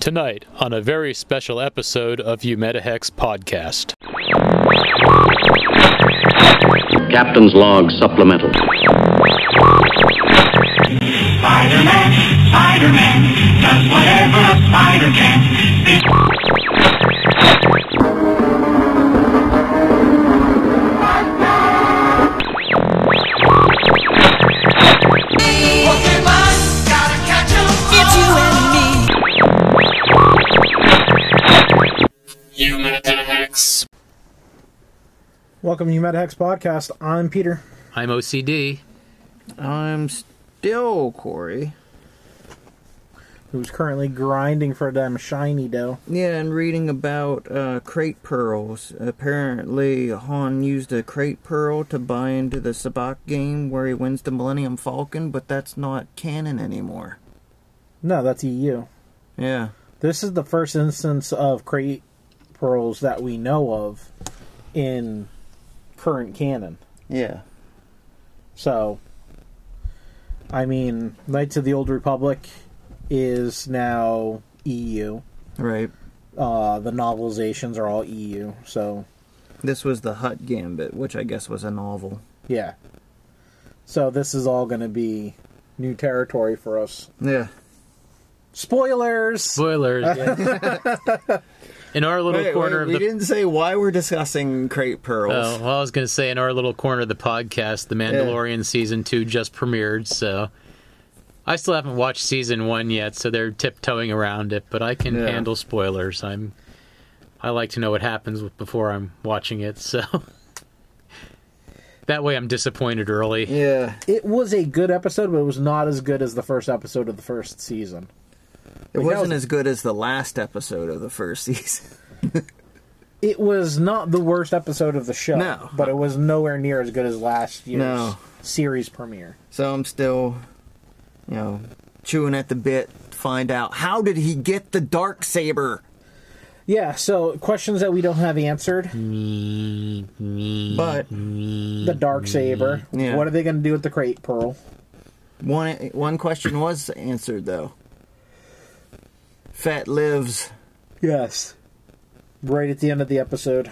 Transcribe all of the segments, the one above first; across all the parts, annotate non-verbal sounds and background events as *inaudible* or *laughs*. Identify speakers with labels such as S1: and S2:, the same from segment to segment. S1: Tonight, on a very special episode of Humetahex Podcast.
S2: Captain's log supplemental.
S3: Spider-Man, Spider-Man, does whatever a spider can. This
S4: Pokemon, gotta catch 'em all. It's you and me.
S5: Human attacks.
S6: Welcome to MetaHex Podcast. I'm Peter.
S1: I'm OCD.
S7: I'm still Corey.
S6: Who's currently grinding for a damn shiny dough.
S7: Yeah, and reading about uh, crate pearls. Apparently, Han used a crate pearl to buy into the Sabak game where he wins the Millennium Falcon, but that's not canon anymore.
S6: No, that's EU.
S7: Yeah.
S6: This is the first instance of crate pearls that we know of in current canon.
S7: Yeah.
S6: So, I mean, Knights of the Old Republic is now EU.
S7: Right.
S6: Uh, the novelizations are all EU. So,
S7: This was the Hut Gambit, which I guess was a novel.
S6: yeah. So, this is all going to be new territory for us.
S7: Yeah.
S6: Spoilers!
S1: Spoilers.
S7: *laughs*
S1: in our little corner of the.
S7: didn't say why we're discussing
S1: Oh,
S7: crate pearls.
S1: well, I was going to say in our little corner of the podcast, The Mandalorian season two just premiered, so I still haven't watched season one yet, so they're tiptoeing around it. But I can
S7: Yeah.
S1: handle spoilers. I'm I like to know what happens before I'm watching it, so *laughs* that way I'm disappointed early.
S7: Yeah.
S6: it was a good episode, but it was not as good as the first episode of the first season.
S7: It
S6: that
S7: wasn't
S6: was-
S7: as good as the last episode of the first *laughs* season.
S6: It was not the worst episode of the show,
S7: No.
S6: but it was nowhere near as good as last year's
S7: No.
S6: series premiere.
S7: So I'm still, you know, chewing at the bit to find out how did he get the dark saber?
S6: Yeah, so questions that we don't have answered.
S7: But
S6: The dark saber.
S7: Yeah.
S6: What are they going to do with the crate pearl?
S7: one one question was answered though. Fat lives.
S6: Yes. Right at the end of the episode.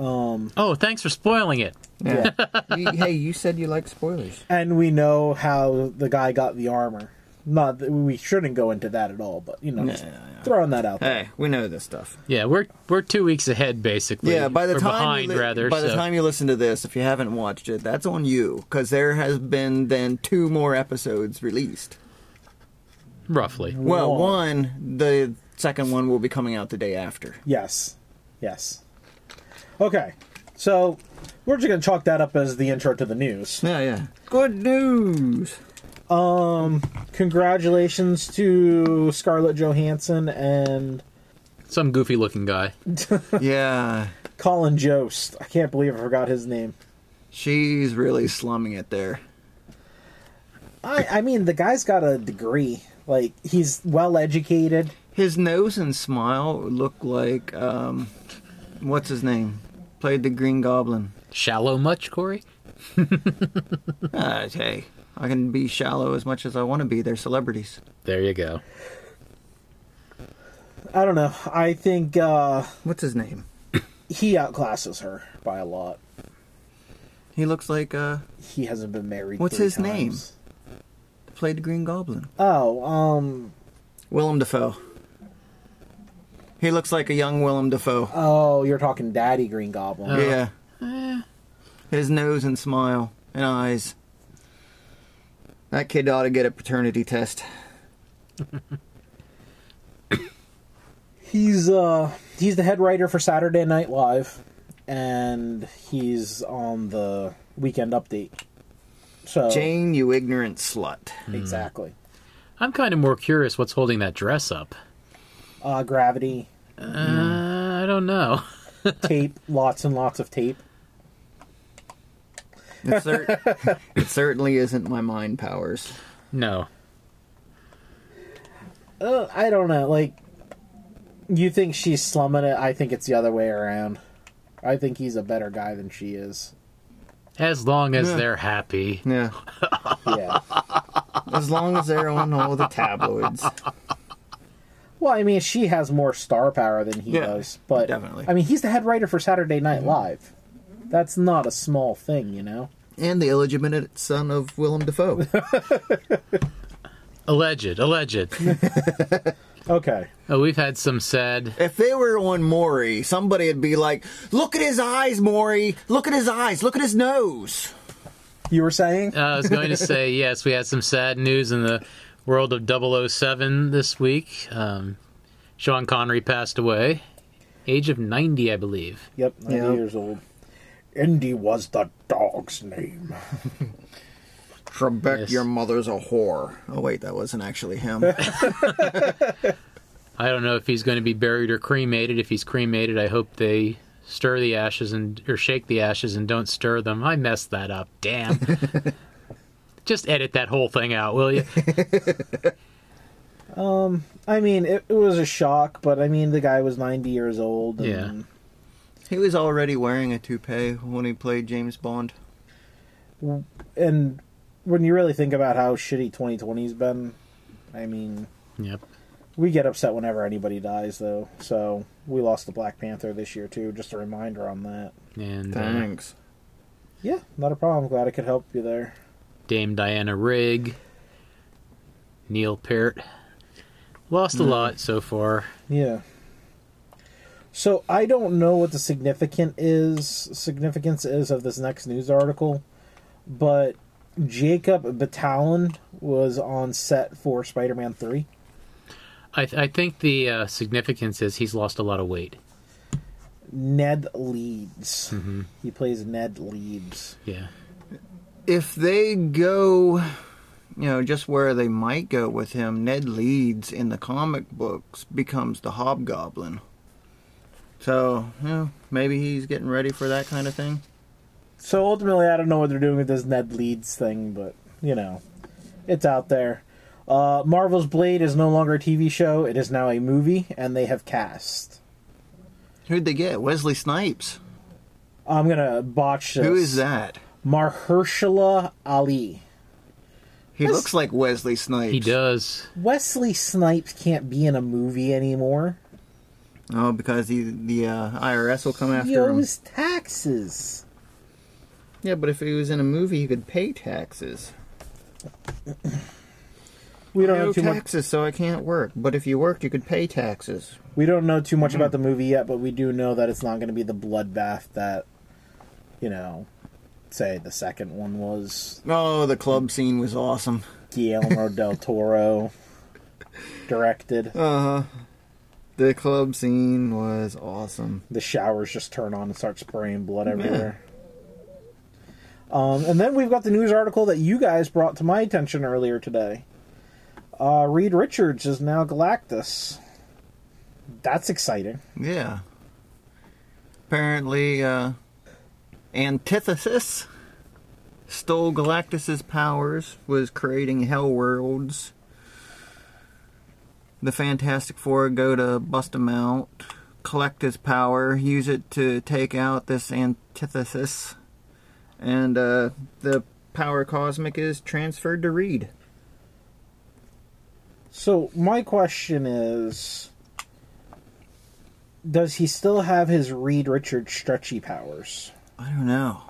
S1: Oh, thanks for spoiling it.
S7: Yeah. *laughs* You- hey, you said you like spoilers.
S6: And we know how the guy got the armor. Not that we shouldn't go into that at all, but you know, just throwing that out there.
S7: Hey, we know this stuff.
S1: Yeah, we're we're two weeks ahead basically.
S7: Yeah, by the
S1: or
S7: time
S1: behind
S7: you li-
S1: rather.
S7: by the
S1: so-
S7: time you listen to this, if you haven't watched it, that's on you because there has been then two more episodes released.
S1: roughly.
S7: Well,
S6: Whoa.
S7: one the second one will be coming out the day after.
S6: Yes. Yes. Okay. So we're just gonna chalk that up as the intro to the news.
S7: Yeah, yeah. Good news.
S6: Congratulations to Scarlett Johansson and
S1: Some goofy looking guy.
S7: Yeah,
S6: Colin Jost. I can't believe I forgot his name.
S7: she's really slumming it there.
S6: I I mean the guy's got a degree. Like he's well educated.
S7: His nose and smile look like um, what's his name? Played the Green Goblin.
S1: Shallow much, Corey?
S7: Ah, hey, I can be shallow as much as I want to be. They're celebrities.
S1: There you go.
S6: I don't know. I think uh
S7: What's his name?
S6: he outclasses her by a lot.
S7: He looks like uh,
S6: He hasn't been married.
S7: What's
S6: three
S7: his name?
S6: times.
S7: played the Green Goblin.
S6: Oh, um
S7: Willem Dafoe. He looks like a young Willem Dafoe.
S6: oh, you're talking Daddy Green Goblin.
S7: yeah. His nose and smile and eyes. That kid ought to get a paternity test.
S6: He's uh he's the head writer for Saturday Night Live, and he's on the Weekend Update. So
S7: Jane, you ignorant slut.
S6: exactly,
S1: I'm kind of more curious what's holding that dress up.
S6: uh, gravity
S1: Uh, I don't know. *laughs*
S6: tape, *laughs* lots and lots of tape.
S7: It, *laughs* cer- it certainly isn't my mind powers.
S1: No.
S6: Uh, I don't know. Like you think she's slumming it? I think it's the other way around. I think he's a better guy than she
S7: *laughs*
S6: is.
S1: As long as they're happy.
S7: Yeah.
S6: Yeah.
S7: As long as they're on all the tabloids.
S6: Well, I mean, she has more star power than he
S7: Yeah,
S6: does, but
S7: definitely. Mm-hmm.
S6: I mean, he's the head writer for Saturday Night Live. That's not a small thing, you know.
S7: And the illegitimate son of Willem Dafoe.
S1: Alleged,
S7: *laughs*
S1: alleged.
S6: Okay,
S1: oh, we've had some sad.
S7: *laughs* if they were on Maury, somebody would be like, look at his eyes, Maury. Look at his eyes. Look at his nose.
S6: you were saying
S1: Uh, I was going to
S7: *laughs*
S1: say yes, we had some sad news in the world of 007 this week. Um, Sean Connery passed away, age of 90, I believe.
S6: Yep, 90
S7: Yeah.
S6: years old. Indy was the dog's name.
S7: Trebek,
S1: Yes.
S7: your mother's a whore. Oh, wait, that wasn't actually *laughs* him.
S1: I don't know if he's going to be buried or cremated. If he's cremated, I hope they stir the ashes and or shake the ashes and don't stir them. I messed that up. Damn. Just edit that whole thing out, will you?
S6: I mean, it, it was a shock, but I mean, the guy was 90 years old. And,
S1: Yeah.
S7: he was already wearing a toupee when he played James Bond.
S6: And when you really think about how shitty 2020's been, I mean,
S1: *laughs* Yep.
S6: we get upset whenever anybody dies, though. So we lost the Black Panther this year, too. Just a reminder on that.
S1: And uh,
S7: Thanks.
S6: Yeah, not a problem. Glad I could help you there.
S1: Dame Diana Rigg, Neil Peart. Lost a lot so far.
S6: Yeah. So I don't know what the significant is significance is of this next news article, but Jacob Batalon was on set for Spider-Man Three.
S1: I, th- I think the uh, significance is he's lost a lot of weight.
S6: Ned Leeds.
S7: Mm-hmm.
S6: He plays Ned Leeds.
S1: Yeah.
S7: If they go, you know, just where they might go with him, Ned Leeds in the comic books becomes the hobgoblin. So, you know, maybe he's getting ready for that kind of thing.
S6: So ultimately, I don't know what they're doing with this Ned Leeds thing, but you know, it's out there. Uh, Marvel's Blade is no longer a TV show; it is now a movie, and they have cast.
S7: Who'd they get? Wesley Snipes.
S6: I'm gonna botch this.
S7: Who is that?
S6: Mahershala Ali.
S7: He looks like Wesley Snipes.
S1: He does.
S6: Wesley Snipes can't be in a movie anymore.
S7: Oh, because he, the uh, IRS will come after
S6: He
S7: him.
S6: owes taxes.
S7: Yeah, but if he was in a movie, he could pay taxes.
S6: We don't
S7: I
S6: know
S7: owe
S6: too much.
S7: taxes, so I can't work. But if you worked, you could pay taxes.
S6: We don't know too much
S7: Mm-hmm.
S6: about the movie yet, but we do know that it's not going to be the bloodbath that, you know, say the second one was.
S7: Oh, the club scene was awesome.
S6: Guillermo del
S7: *laughs*
S6: Toro directed.
S7: Uh-huh. The club scene was awesome.
S6: the showers just turn on and start spraying blood everywhere. Um, and then we've got the news article that you guys brought to my attention earlier today. Uh, Reed Richards is now Galactus. That's exciting.
S7: Yeah. Apparently, uh, Antithesis stole Galactus's powers, was creating hell worlds. The Fantastic Four go to bust him out, collect his power, use it to take out this antithesis, and uh, the power cosmic is transferred to Reed.
S6: So my question is, does he still have his Reed Richards stretchy powers?
S7: I don't know.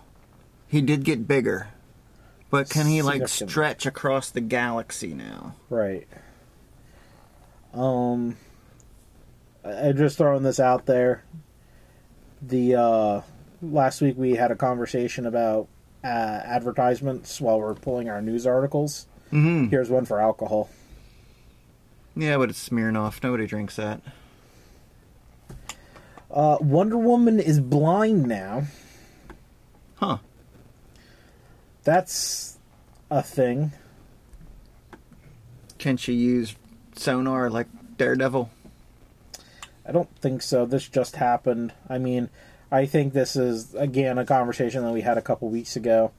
S7: He did get bigger. But can he like
S6: Significant.
S7: stretch across the galaxy now?
S6: Right. Um, I- I'm just throwing this out there. The uh, last week we had a conversation about uh, advertisements while we're pulling our news articles. Mm-hmm. Here's one for alcohol.
S7: Yeah, but it's Smirnoff. Nobody drinks that.
S6: Uh, Wonder Woman is blind now.
S7: Huh.
S6: That's a thing.
S7: Can she use sonar like Daredevil?
S6: I don't think so. This just happened. I mean, I think this is again a conversation that we had a couple weeks ago.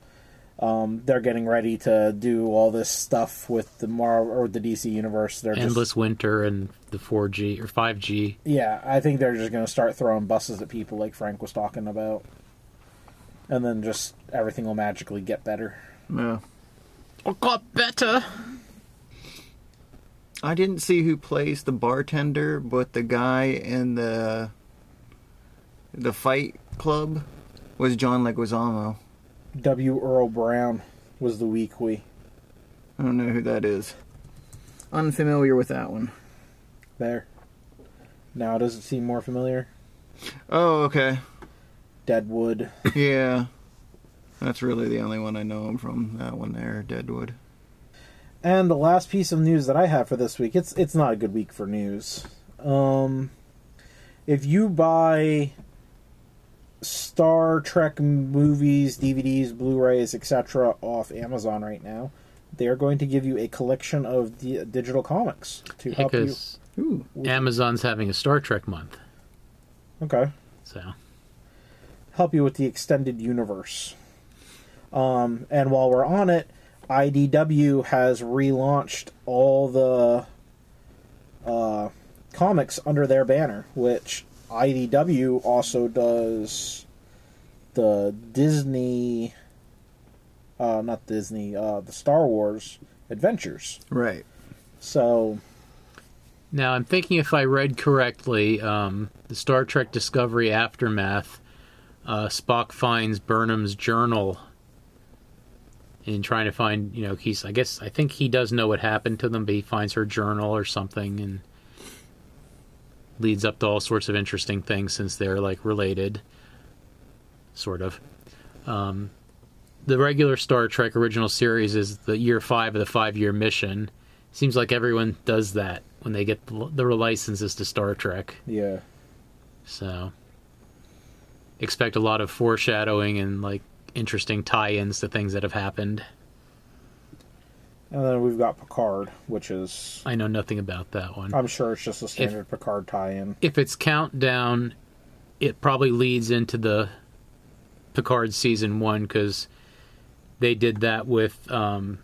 S6: Um, they're getting ready to do all this stuff with the Marvel or the DC universe. They're
S1: Endless
S6: just
S1: Winter and the 4G or 5G.
S6: yeah. I think they're just going to start throwing buses at people like Frank was talking about, and then just everything will magically get better.
S7: No.
S1: I got better.
S7: I didn't see who plays the bartender, but the guy in the the fight club was John Leguizamo.
S6: W. Earl Brown was the weak we.
S7: I don't know who that is. Unfamiliar with that one.
S6: There. Now does it seem more familiar?
S7: Oh, okay.
S6: Deadwood.
S7: Yeah. That's really the only one I know him from. That one there, Deadwood.
S6: And the last piece of news that I have for this week, it's it's not a good week for news. Um, if you buy Star Trek movies, DVDs, Blu-rays, etc. off Amazon right now, they are going to give you a collection of di- digital comics to help you.
S1: because
S7: Ooh.
S1: Amazon's having a Star Trek month.
S6: Okay.
S1: So
S6: help you with the extended universe. Um, and while we're on it, IDW has relaunched all the uh, comics under their banner, which IDW also does the Disney, uh, not Disney, uh, the Star Wars adventures.
S7: Right.
S6: So,
S1: now I'm thinking if I read correctly, um, the Star Trek Discovery aftermath, uh, Spock finds Burnham's journal in trying to find, you know, he's I guess I think he does know what happened to them, but he finds her journal or something and leads up to all sorts of interesting things since they're like related, sort of. Um, the regular Star Trek original series is the year five of the five year mission. Seems like everyone does that when they get the the licenses to Star Trek.
S6: yeah.
S1: So expect a lot of foreshadowing and like interesting tie-ins to things that have happened.
S6: And then we've got Picard, which is,
S1: I know nothing about that one.
S6: I'm sure it's just a standard Picard tie in.
S1: if it's countdown, it probably leads into the Picard season one because they did that with um,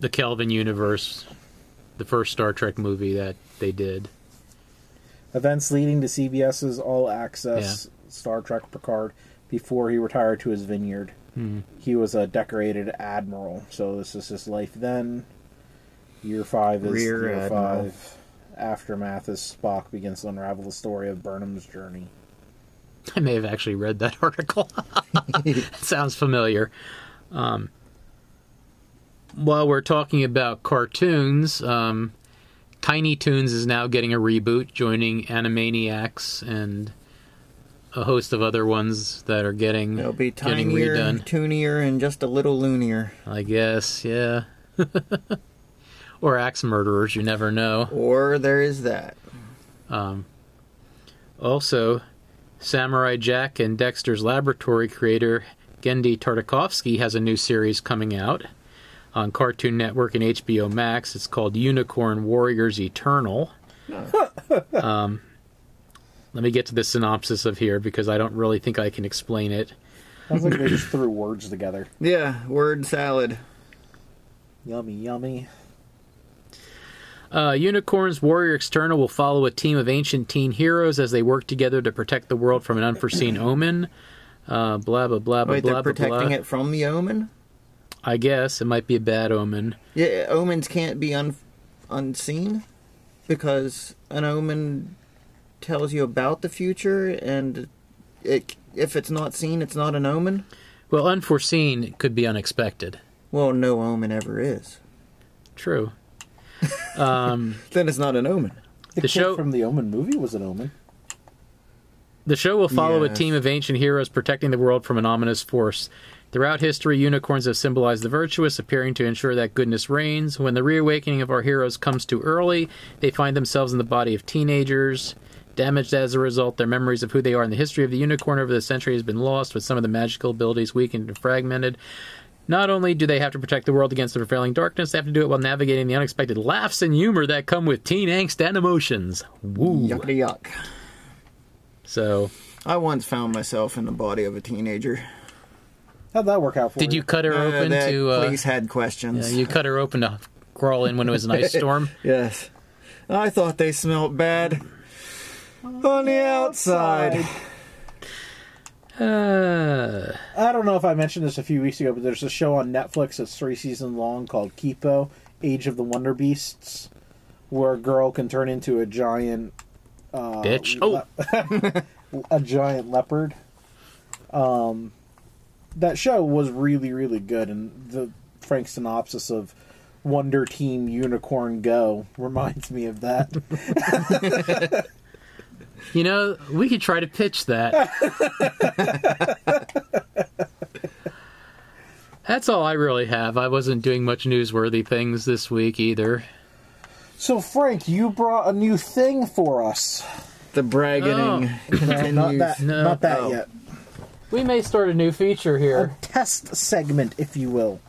S1: the Kelvin universe, the first Star Trek movie that they did.
S6: events leading to CBS's All Access Star Trek Picard before he retired to his vineyard. He was a decorated admiral, so this is his life then. Year five is
S7: Rear
S6: year
S7: admiral.
S6: five. Aftermath as Spock begins to unravel the story of Burnham's journey.
S1: *laughs* I may have actually read that article. Sounds familiar. Um, while we're talking about cartoons, um, Tiny Toons is now getting a reboot, joining Animaniacs and a host of other ones that are getting
S7: It'll be
S1: getting
S7: tinier,
S1: redone.
S7: toonier, and just a little loonier.
S1: I guess, yeah. *laughs* or axe murderers, you never know.
S7: Or there is that.
S1: Also, Samurai Jack and Dexter's Laboratory creator Gendy Tartakovsky has a new series coming out on Cartoon Network and HBO Max. It's called Unicorn Warriors Eternal.
S7: *laughs*
S1: um, let me get to the synopsis of here because I don't really think I can explain it.
S6: Sounds like they just threw words together.
S7: Yeah, word salad.
S6: Yummy, yummy.
S1: Uh, Unicorns Warrior External will follow a team of ancient teen heroes as they work together to protect the world from an unforeseen omen. Uh, blah blah blah blah
S7: Wait,
S1: blah
S7: they're
S1: blah,
S7: protecting
S1: blah.
S7: it from the omen?
S1: I guess it might be a bad omen.
S7: Yeah, omens can't be un- unseen because an omen tells you about the future, and it, if it's not seen, it's not an omen.
S1: Well, unforeseen could be unexpected.
S7: Well, no omen ever is.
S1: True.
S7: Then it's not an omen.
S1: The
S6: The, kid
S1: show-
S6: from the Omen movie was an Omen.
S1: The show will follow a
S7: Yes.
S1: team of ancient heroes protecting the world from an ominous force. Throughout history, unicorns have symbolized the virtuous, appearing to ensure that goodness reigns. When the reawakening of our heroes comes too early, they find themselves in the body of teenagers. Damaged as a result, their memories of who they are and the history of the unicorn over the century has been lost, with some of the magical abilities weakened and fragmented. Not only do they have to protect the world against the prevailing darkness, they have to do it while navigating the unexpected laughs and humor that come with teen angst and emotions. Woo!
S7: Yuckity yuck.
S1: So,
S7: I once found myself in the body of a teenager.
S6: How'd that work out for
S1: did
S6: you?
S1: you cut her
S7: Uh,
S1: open
S7: that
S1: to? Uh,
S7: police had questions.
S1: Yeah, you cut her open to crawl in when it was an ice storm.
S7: Yes. I thought they smelt bad. On the outside.
S1: *laughs* Uh,
S6: I don't know if I mentioned this a few weeks ago, but there's a show on Netflix that's three seasons long called Kipo. Age of the Wonder Beasts, where a girl can turn into a giant,
S1: bitch. Oh,
S6: a giant leopard. Um, that show was really, really good, and the Frank synopsis of Wonder Team Unicorn Go *laughs* reminds me of that.
S1: you know, we could try to pitch *laughs* that. That's all I really have. I wasn't doing much newsworthy things this week either.
S6: so, Frank, you brought a new thing for us.
S7: The
S1: Oh.
S7: braggating
S6: No, not
S7: continues.
S6: that,
S1: No.
S6: not that
S1: Oh.
S6: yet.
S1: We may start a new feature
S6: A
S1: here.
S6: test segment, if you will.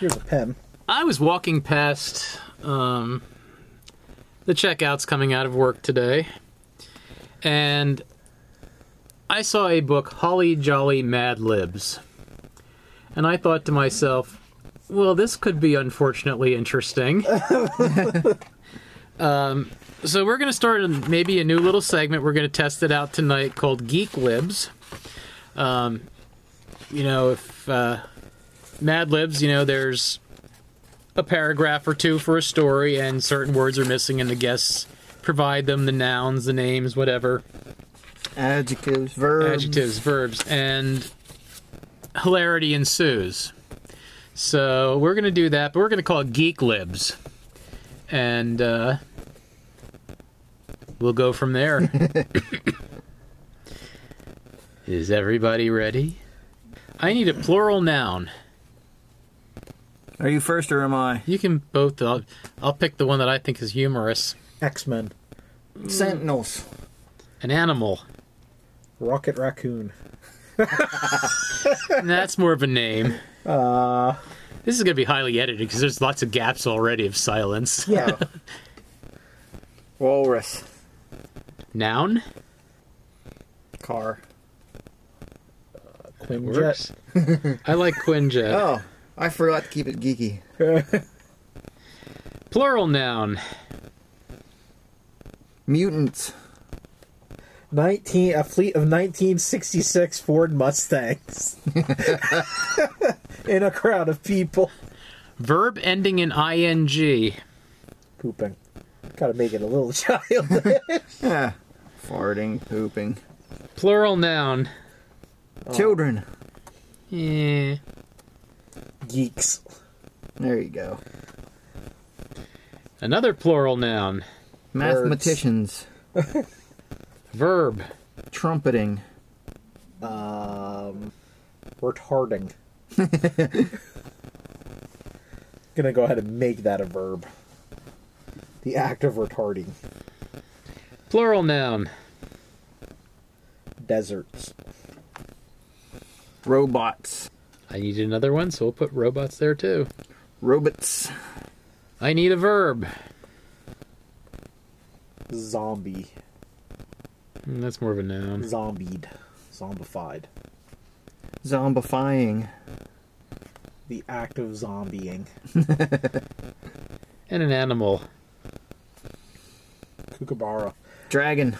S6: Here's a pen.
S1: I was walking past um, the checkouts coming out of work today, and I saw a book, Holly Jolly Mad Libs. And I thought to myself, well, this could be unfortunately interesting. um, so we're going to start a- maybe a new little segment. We're going to test it out tonight called Geek Libs. Um, you know, if uh, Mad Libs, you know, there's a paragraph or two for a story and certain words are missing and the guests provide them the nouns the names whatever
S7: Adjectives, verbs.
S1: adjectives verbs and hilarity ensues so we're gonna do that but we're gonna call it geek libs and uh, we'll go from there *coughs* is everybody ready i need a plural noun
S7: Are you first or am I?
S1: you can both I'll, I'll pick the one that i think is humorous
S6: X Men.
S1: Mm.
S7: Sentinels.
S1: an animal
S6: Rocket Raccoon.
S1: That's more of a name. Uh, this is going to be highly edited because there's lots of gaps already of silence.
S6: Yeah.
S7: Walrus.
S1: *laughs* Noun
S7: Car.
S6: *laughs* Quinjet.
S1: works. I like Quinjet.
S7: Oh, I forgot to keep it geeky.
S1: Plural noun.
S7: Mutants.
S6: 19, a fleet of 1966 Ford Mustangs. *laughs* in a crowd of people.
S1: Verb ending in ing.
S6: Pooping. Gotta make it a little *laughs* child.
S7: Yeah. Farting, pooping.
S1: Plural noun. Oh.
S7: Children.
S1: Yeah.
S6: Geeks.
S7: There you go.
S1: Another plural noun.
S7: Mathematicians.
S1: Verb.
S7: Trumpeting.
S6: Um, retarding. Gonna go ahead and make that a verb. The act of retarding.
S1: Plural noun.
S6: Deserts.
S7: Robots.
S1: I need another one, so we'll put robots there too.
S7: Robots.
S1: I need a verb.
S6: Zombie.
S1: Mm, That's more of a noun.
S6: Zombied. Zombified.
S7: Zombifying.
S6: The act of zombieing.
S1: And an animal.
S6: Kookaburra.
S7: Dragon.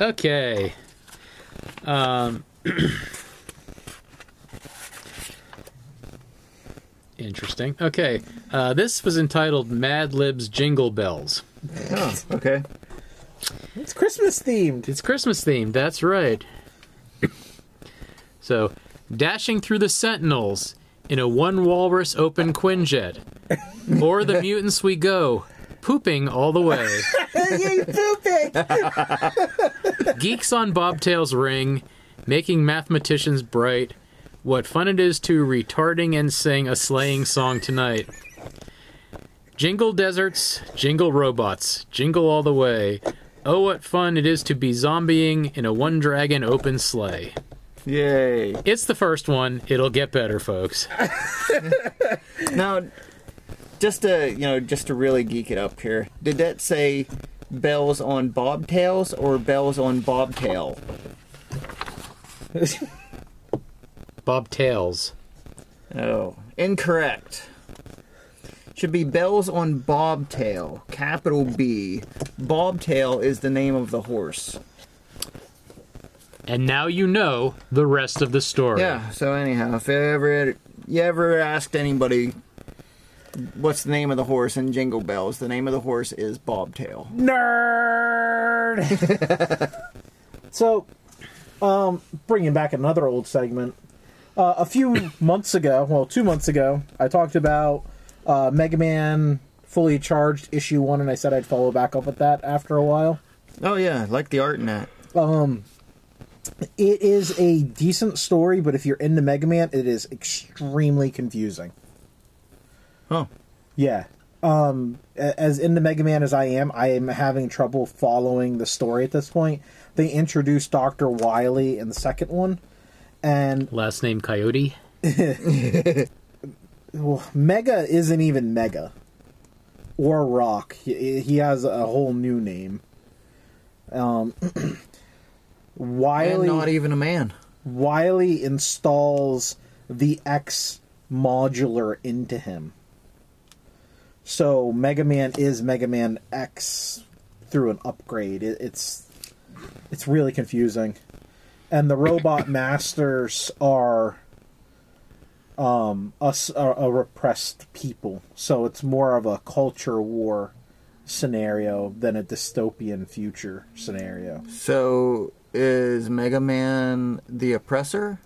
S1: Okay. Um, *clears throat* interesting. Okay. Uh, this was entitled Mad Libs Jingle Bells.
S7: Oh, okay.
S6: It's Christmas themed.
S1: It's Christmas themed, that's right. so, dashing through the sentinels in a one walrus open quinjet. Or the mutants we go, pooping all the way.
S6: Yay, pooping!
S1: Geeks on bobtails ring, making mathematicians bright. What fun it is to retarding and sing a sleighing song tonight. Jingle deserts, jingle robots, jingle all the way. Oh, what fun it is to be zombieing in a one dragon open sleigh.
S7: Yay.
S1: It's the first one. It'll get better, folks.
S7: Now, just to you know, just to really geek it up here, did that say bells on bobtails or bells on bobtail?
S1: Bobtails.
S7: Oh, incorrect. Should be bells on bobtail, capital B. Bobtail is the name of the horse.
S1: And now you know the rest of the story.
S7: Yeah. So anyhow, if you ever you ever asked anybody what's the name of the horse in Jingle Bells, the name of the horse is Bobtail.
S6: Nerd. *laughs* so, um, bringing back another old segment. Uh, a few months ago, well, two months ago, I talked about uh, Mega Man Fully Charged Issue One, and I said I'd follow back up with that after a while.
S7: Oh yeah, like the art in that.
S6: It is a decent story, but if you're into Mega Man, it is extremely confusing.
S7: Huh.
S6: Yeah. Um, a- as into Mega Man as I am, I am having trouble following the story at this point. They introduced Doctor Wily in the second one, and
S1: Last name Coyote.
S6: well, Mega isn't even Mega or Rock. He, he has a whole new name. *clears throat* Um,
S7: And
S6: Wily
S7: not even a man.
S6: Wiley installs the X modular into him. So Mega Man is Mega Man X through an upgrade. It, it's it's really confusing. And the robot masters are um us are a repressed people. So it's more of a culture war scenario than a dystopian future scenario.
S7: So is Mega Man the oppressor?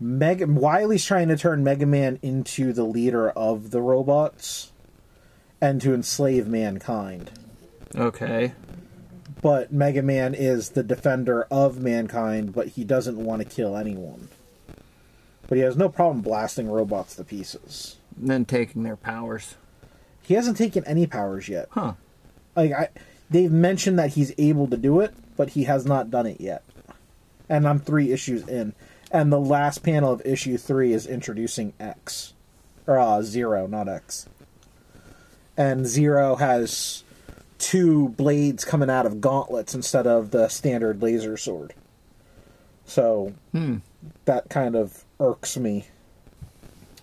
S6: Mega Wiley's trying to turn Mega Man into the leader of the robots and to enslave mankind.
S7: Okay.
S6: But Mega Man is the defender of mankind, but he doesn't want to kill anyone. But he has no problem blasting robots to pieces.
S7: And then taking their powers.
S6: He hasn't taken any powers yet.
S7: Huh.
S6: Like I they've mentioned that he's able to do it, but he has not done it yet. And I'm 3 issues in. And the last panel of issue 3 is introducing X. Or uh, 0, not X. And 0 has two blades coming out of gauntlets instead of the standard laser sword. So that kind of irks me.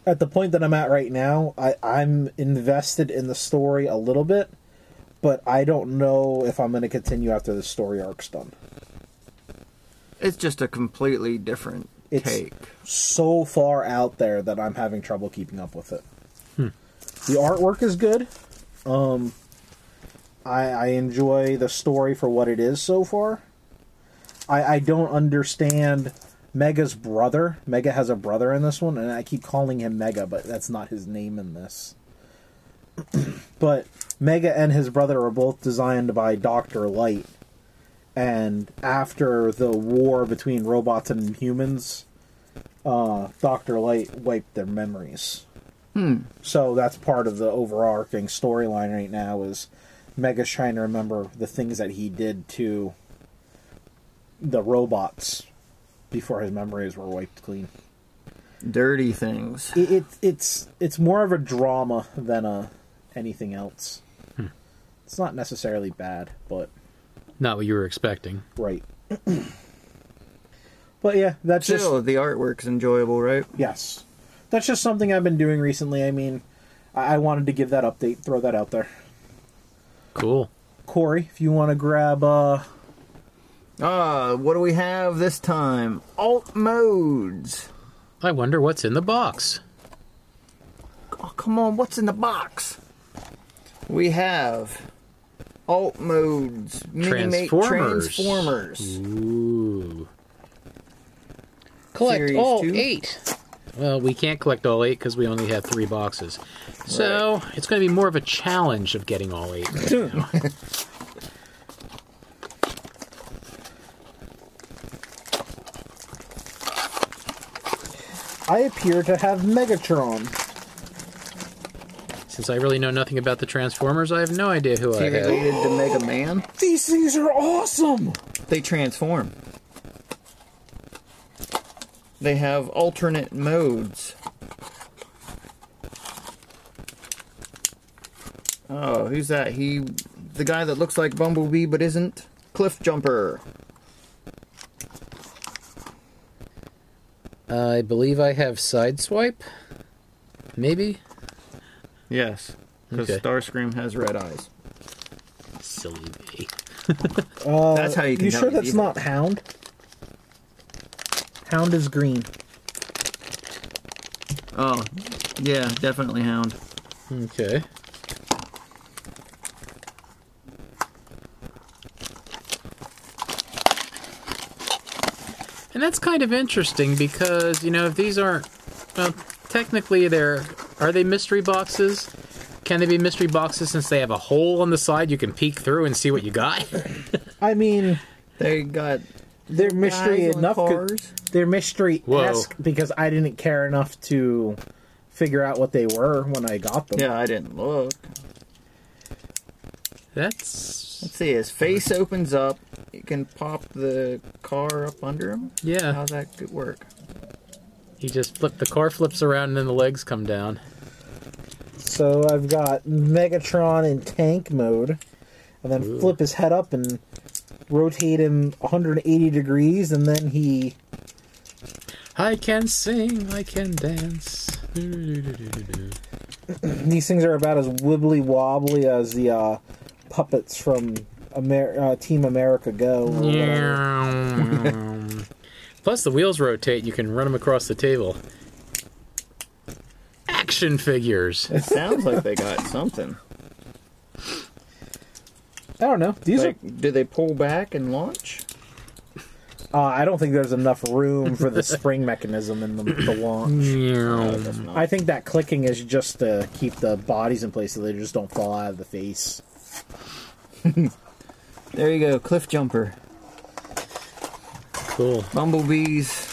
S6: At the point that I'm at right now, I, I'm invested in the story a little bit, but I don't know if I'm going to continue after the story arc's done.
S7: It's just a completely different
S6: It's-
S7: take.
S6: So far out there that I'm having trouble keeping up with it. The artwork is good. Um, I, I enjoy the story for what it is so far. I, I don't understand Mega's brother. Mega has a brother in this one, and I keep calling him Mega, but that's not his name in this. *clears throat* but Mega and his brother are both designed by Dr. Light. And after the war between robots and humans, uh, Dr. Light wiped their memories. So that's part of the overarching storyline right now is Mega's trying to remember the things that he did to the robots before his memories were wiped clean.
S7: Dirty things.
S6: It, it it's it's more of a drama than a anything else. It's not necessarily bad, but
S1: Not what you were expecting.
S6: right. *clears throat* but yeah, that's just
S7: Still, the artwork's enjoyable, right?
S6: Yes. That's just something I've been doing recently. I mean, I, I wanted to give that update, throw that out there.
S1: Cool.
S6: Corey, if you want to grab uh,
S7: Ah, what do we have this time? Alt modes.
S1: I wonder what's in the box.
S7: Oh, come on, what's in the box? We have alt modes, Minimate
S1: Transformers.
S7: Transformers.
S1: Ooh. Collect
S7: Series
S1: all
S7: two.
S1: eight. Well, we can't collect all eight because we only have three boxes. So it's going to be more of a challenge of getting all eight. *laughs*
S6: I appear to have Megatron.
S1: Since I really know nothing about the Transformers, I have no idea who I
S7: They
S1: have.
S7: related to Mega Man.
S6: These things are awesome.
S7: They transform. They have alternate modes. Oh, who's that? He, the guy that looks like Bumblebee but isn't. Cliff Jumper.
S1: I believe I have Sideswipe. Maybe?
S7: Yes, because
S1: Okay.
S7: Starscream has red eyes.
S1: Silly me.
S6: Uh,
S7: That's how you can
S6: You
S7: tell
S6: sure
S7: he's
S6: that's
S7: evil.
S6: not Hound? Hound is green.
S7: Oh, yeah, definitely Hound.
S1: Okay. And that's kind of interesting because, you know, if these aren't. Well, technically, they're. Are they mystery boxes? Can they be mystery boxes since they have a hole on the side you can peek through and see what you got? *laughs*
S6: I mean,
S7: They got
S6: they're mystery
S7: guys on
S6: enough.
S7: cars.
S6: They're mystery
S1: Whoa.
S6: esque because I didn't care enough to figure out what they were when I got them.
S7: Yeah, I didn't look.
S1: That's.
S7: Let's see, his face opens up. You can pop the car up under him.
S1: Yeah.
S7: How's that could work?
S1: You just flip. The car flips around and then the legs come down.
S6: So I've got Megatron in tank mode, and then flip his head up and rotate him 180 degrees, and then he
S1: I can sing, I can dance. Do-do-do-do-do-do.
S6: these things are about as wibbly wobbly as the uh, puppets from Amer- uh, Team America Go. or whatever.
S1: Plus, the wheels rotate. You can run them across the table. Action figures.
S7: It sounds like they got something.
S6: I don't know. These
S7: Like, do they pull back and launch?
S6: are. Uh, I don't think there's enough room for the spring *laughs* mechanism in them to
S1: Mm.
S6: launch.
S7: That's not.
S6: I think that clicking is just to keep the bodies in place so they just don't fall out of the face.
S7: There you go, cliff jumper,
S1: Cool.
S7: bumblebee's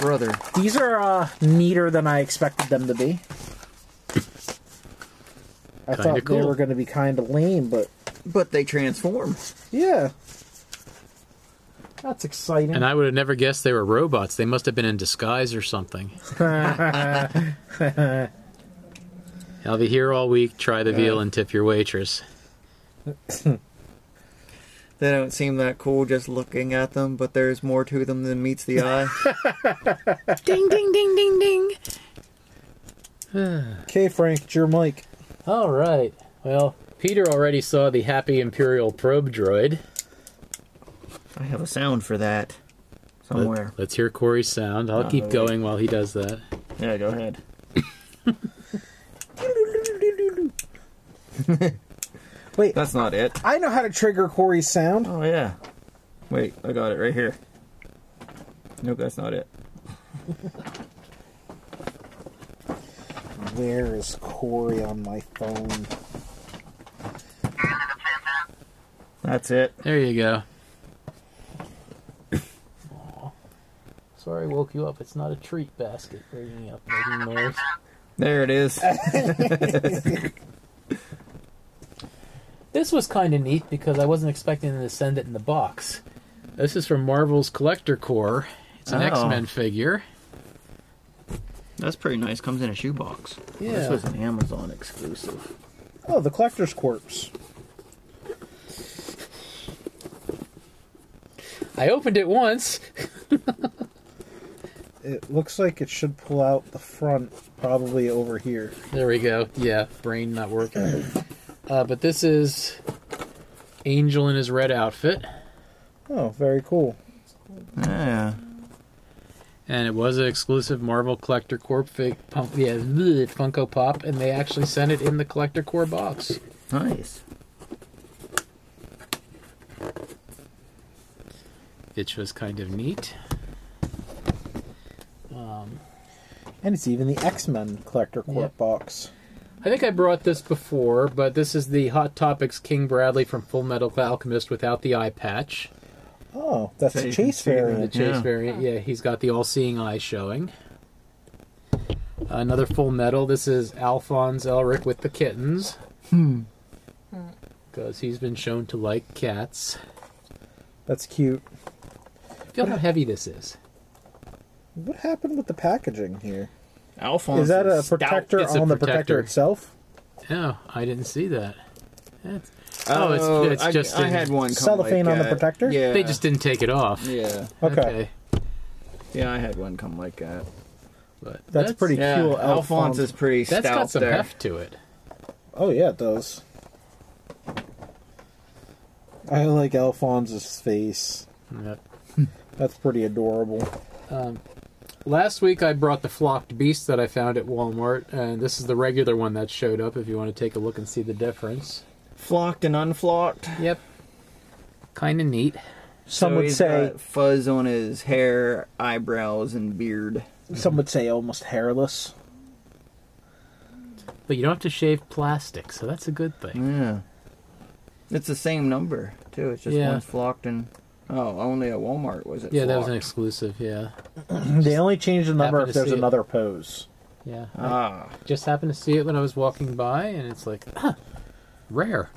S7: brother.
S6: These are uh, neater than I expected them to be. I
S1: Kinda
S6: thought they
S1: cool.
S6: were going to be kind of lame, but
S7: But they transform.
S6: yeah. That's exciting.
S1: And I would have never guessed they were robots. They must have been in disguise or something.
S6: *laughs*
S1: I'll be here all week. Try the veal and tip your waitress.
S7: They don't seem that cool just looking at them, but there's more to them than meets the *laughs* eye.
S1: ding, ding, ding, ding, ding.
S6: Okay, Frank, it's your mic.
S1: All right. Well, Peter already saw the Happy Imperial probe droid.
S7: I have a sound for that
S1: Let-
S7: somewhere.
S1: Let's hear Corey's sound. I'll keep
S7: wait.
S1: going while he does that.
S7: Yeah, go *laughs* ahead.
S6: Wait,
S7: That's not it.
S6: I know how to trigger Corey's sound.
S7: Oh yeah. Wait, I got it right here. Nope, that's not it.
S6: Where is Corey on my phone?
S7: That's it.
S1: There you go. Sorry, I woke you up. It's not a treat basket waking up making noise.
S7: There
S1: *laughs*
S7: it is.
S1: This was kind of neat because I wasn't expecting them to send it in the box. This is from Marvel's Collector Core. It's an
S7: Oh.
S1: X Men figure.
S7: That's pretty nice. Comes in a shoebox.
S1: Yeah.
S7: This was an Amazon exclusive.
S6: Oh, the collector's corpse.
S1: I opened it once.
S6: It looks like it should pull out the front, probably over here.
S1: There we go. Yeah, brain not working. Uh, but this is Angel in his red outfit.
S6: Oh, very cool.
S7: Yeah.
S1: and it was an exclusive Marvel Collector Corp fig, pump, yeah, bleh, Funko Pop, and they actually sent it in the Collector Core box.
S7: Nice.
S1: Which was kind of neat.
S6: And it's even the X Men collector corp
S1: Yep.
S6: box.
S1: I think I brought this before, but this is the Hot Topics King Bradley from Full Metal Alchemist without the eye patch.
S6: Oh, that's
S7: So
S6: the
S7: you can
S6: Chase
S7: see that.
S1: The
S6: variant.
S1: Chase
S7: Yeah.
S1: variant, yeah, he's got the all-seeing eye showing. Another Full Metal. This is Alphonse Elric with the kittens. Because he's been shown to like cats.
S6: That's cute.
S1: Feel how heavy this is.
S6: What happened with the packaging here?
S7: Alphonse.
S6: Is that a
S7: stout.
S6: protector
S1: It's a
S6: on the
S1: protector.
S6: protector itself?
S1: No, I didn't see that. That's,
S7: Oh,
S1: oh, it's, it's
S7: I,
S1: just
S7: I
S1: in-
S7: had one. Come
S6: Cellophane
S7: like
S6: on the
S7: that.
S6: protector?
S7: Yeah.
S1: They just didn't take it off.
S7: Yeah.
S6: Okay.
S7: Yeah, I had one come like that.
S1: but
S6: That's, pretty
S7: Yeah.
S6: cool.
S7: Alphonse
S6: Alphonse
S7: is pretty
S1: That's
S7: stout
S1: got some
S7: there.
S1: heft to it.
S6: Oh, yeah, it does. I like Alphonse's face.
S1: Yep.
S6: That's pretty adorable.
S1: Last week I brought the flocked beast that I found at Walmart, and this is the regular one that showed up. If you want to take a look and see the difference.
S7: Flocked and unflocked.
S1: Yep. Kind of neat.
S6: Some
S7: So
S6: would
S7: he's
S6: say
S7: got fuzz on his hair, eyebrows, and beard.
S6: some would say almost hairless.
S1: But you don't have to shave plastic, so that's a good thing.
S7: Yeah. It's the same number too. It's just
S1: Yeah.
S7: one flocked and oh, only at Walmart was it?
S1: Yeah, that was an
S7: flocked?
S1: exclusive. Yeah.
S6: They only change the number
S1: Happy to
S6: if there's
S1: see it.
S6: another pose.
S1: Yeah.
S7: ah.
S1: Just happened to see it when I was walking by, and it's like, huh, rare.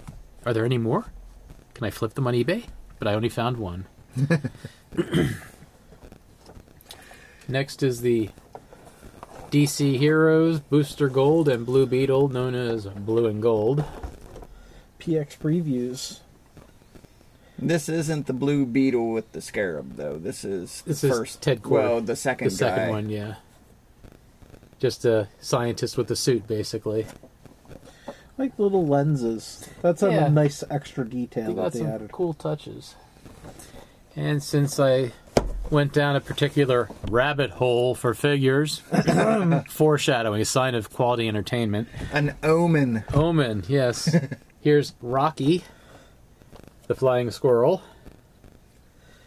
S1: Are there any more? Can I flip them on eBay? But I only found one. Next is the DC Heroes Booster Gold and Blue Beetle, known as Blue and Gold.
S6: PX previews.
S7: This isn't the blue beetle with the scarab though. This is the
S1: This is
S7: first
S1: Ted Kord,
S7: Well, the second
S1: the second
S7: guy.
S1: one, yeah. Just a scientist with a suit, basically.
S6: Like little lenses. That's a
S1: Yeah.
S6: nice extra detail
S1: They
S6: that
S1: got
S6: they
S1: some
S6: added.
S1: cool touches. And since I went down a particular rabbit hole for figures, *coughs* foreshadowing, a sign of quality entertainment.
S7: An omen.
S1: Omen, yes. Here's Rocky, the flying squirrel.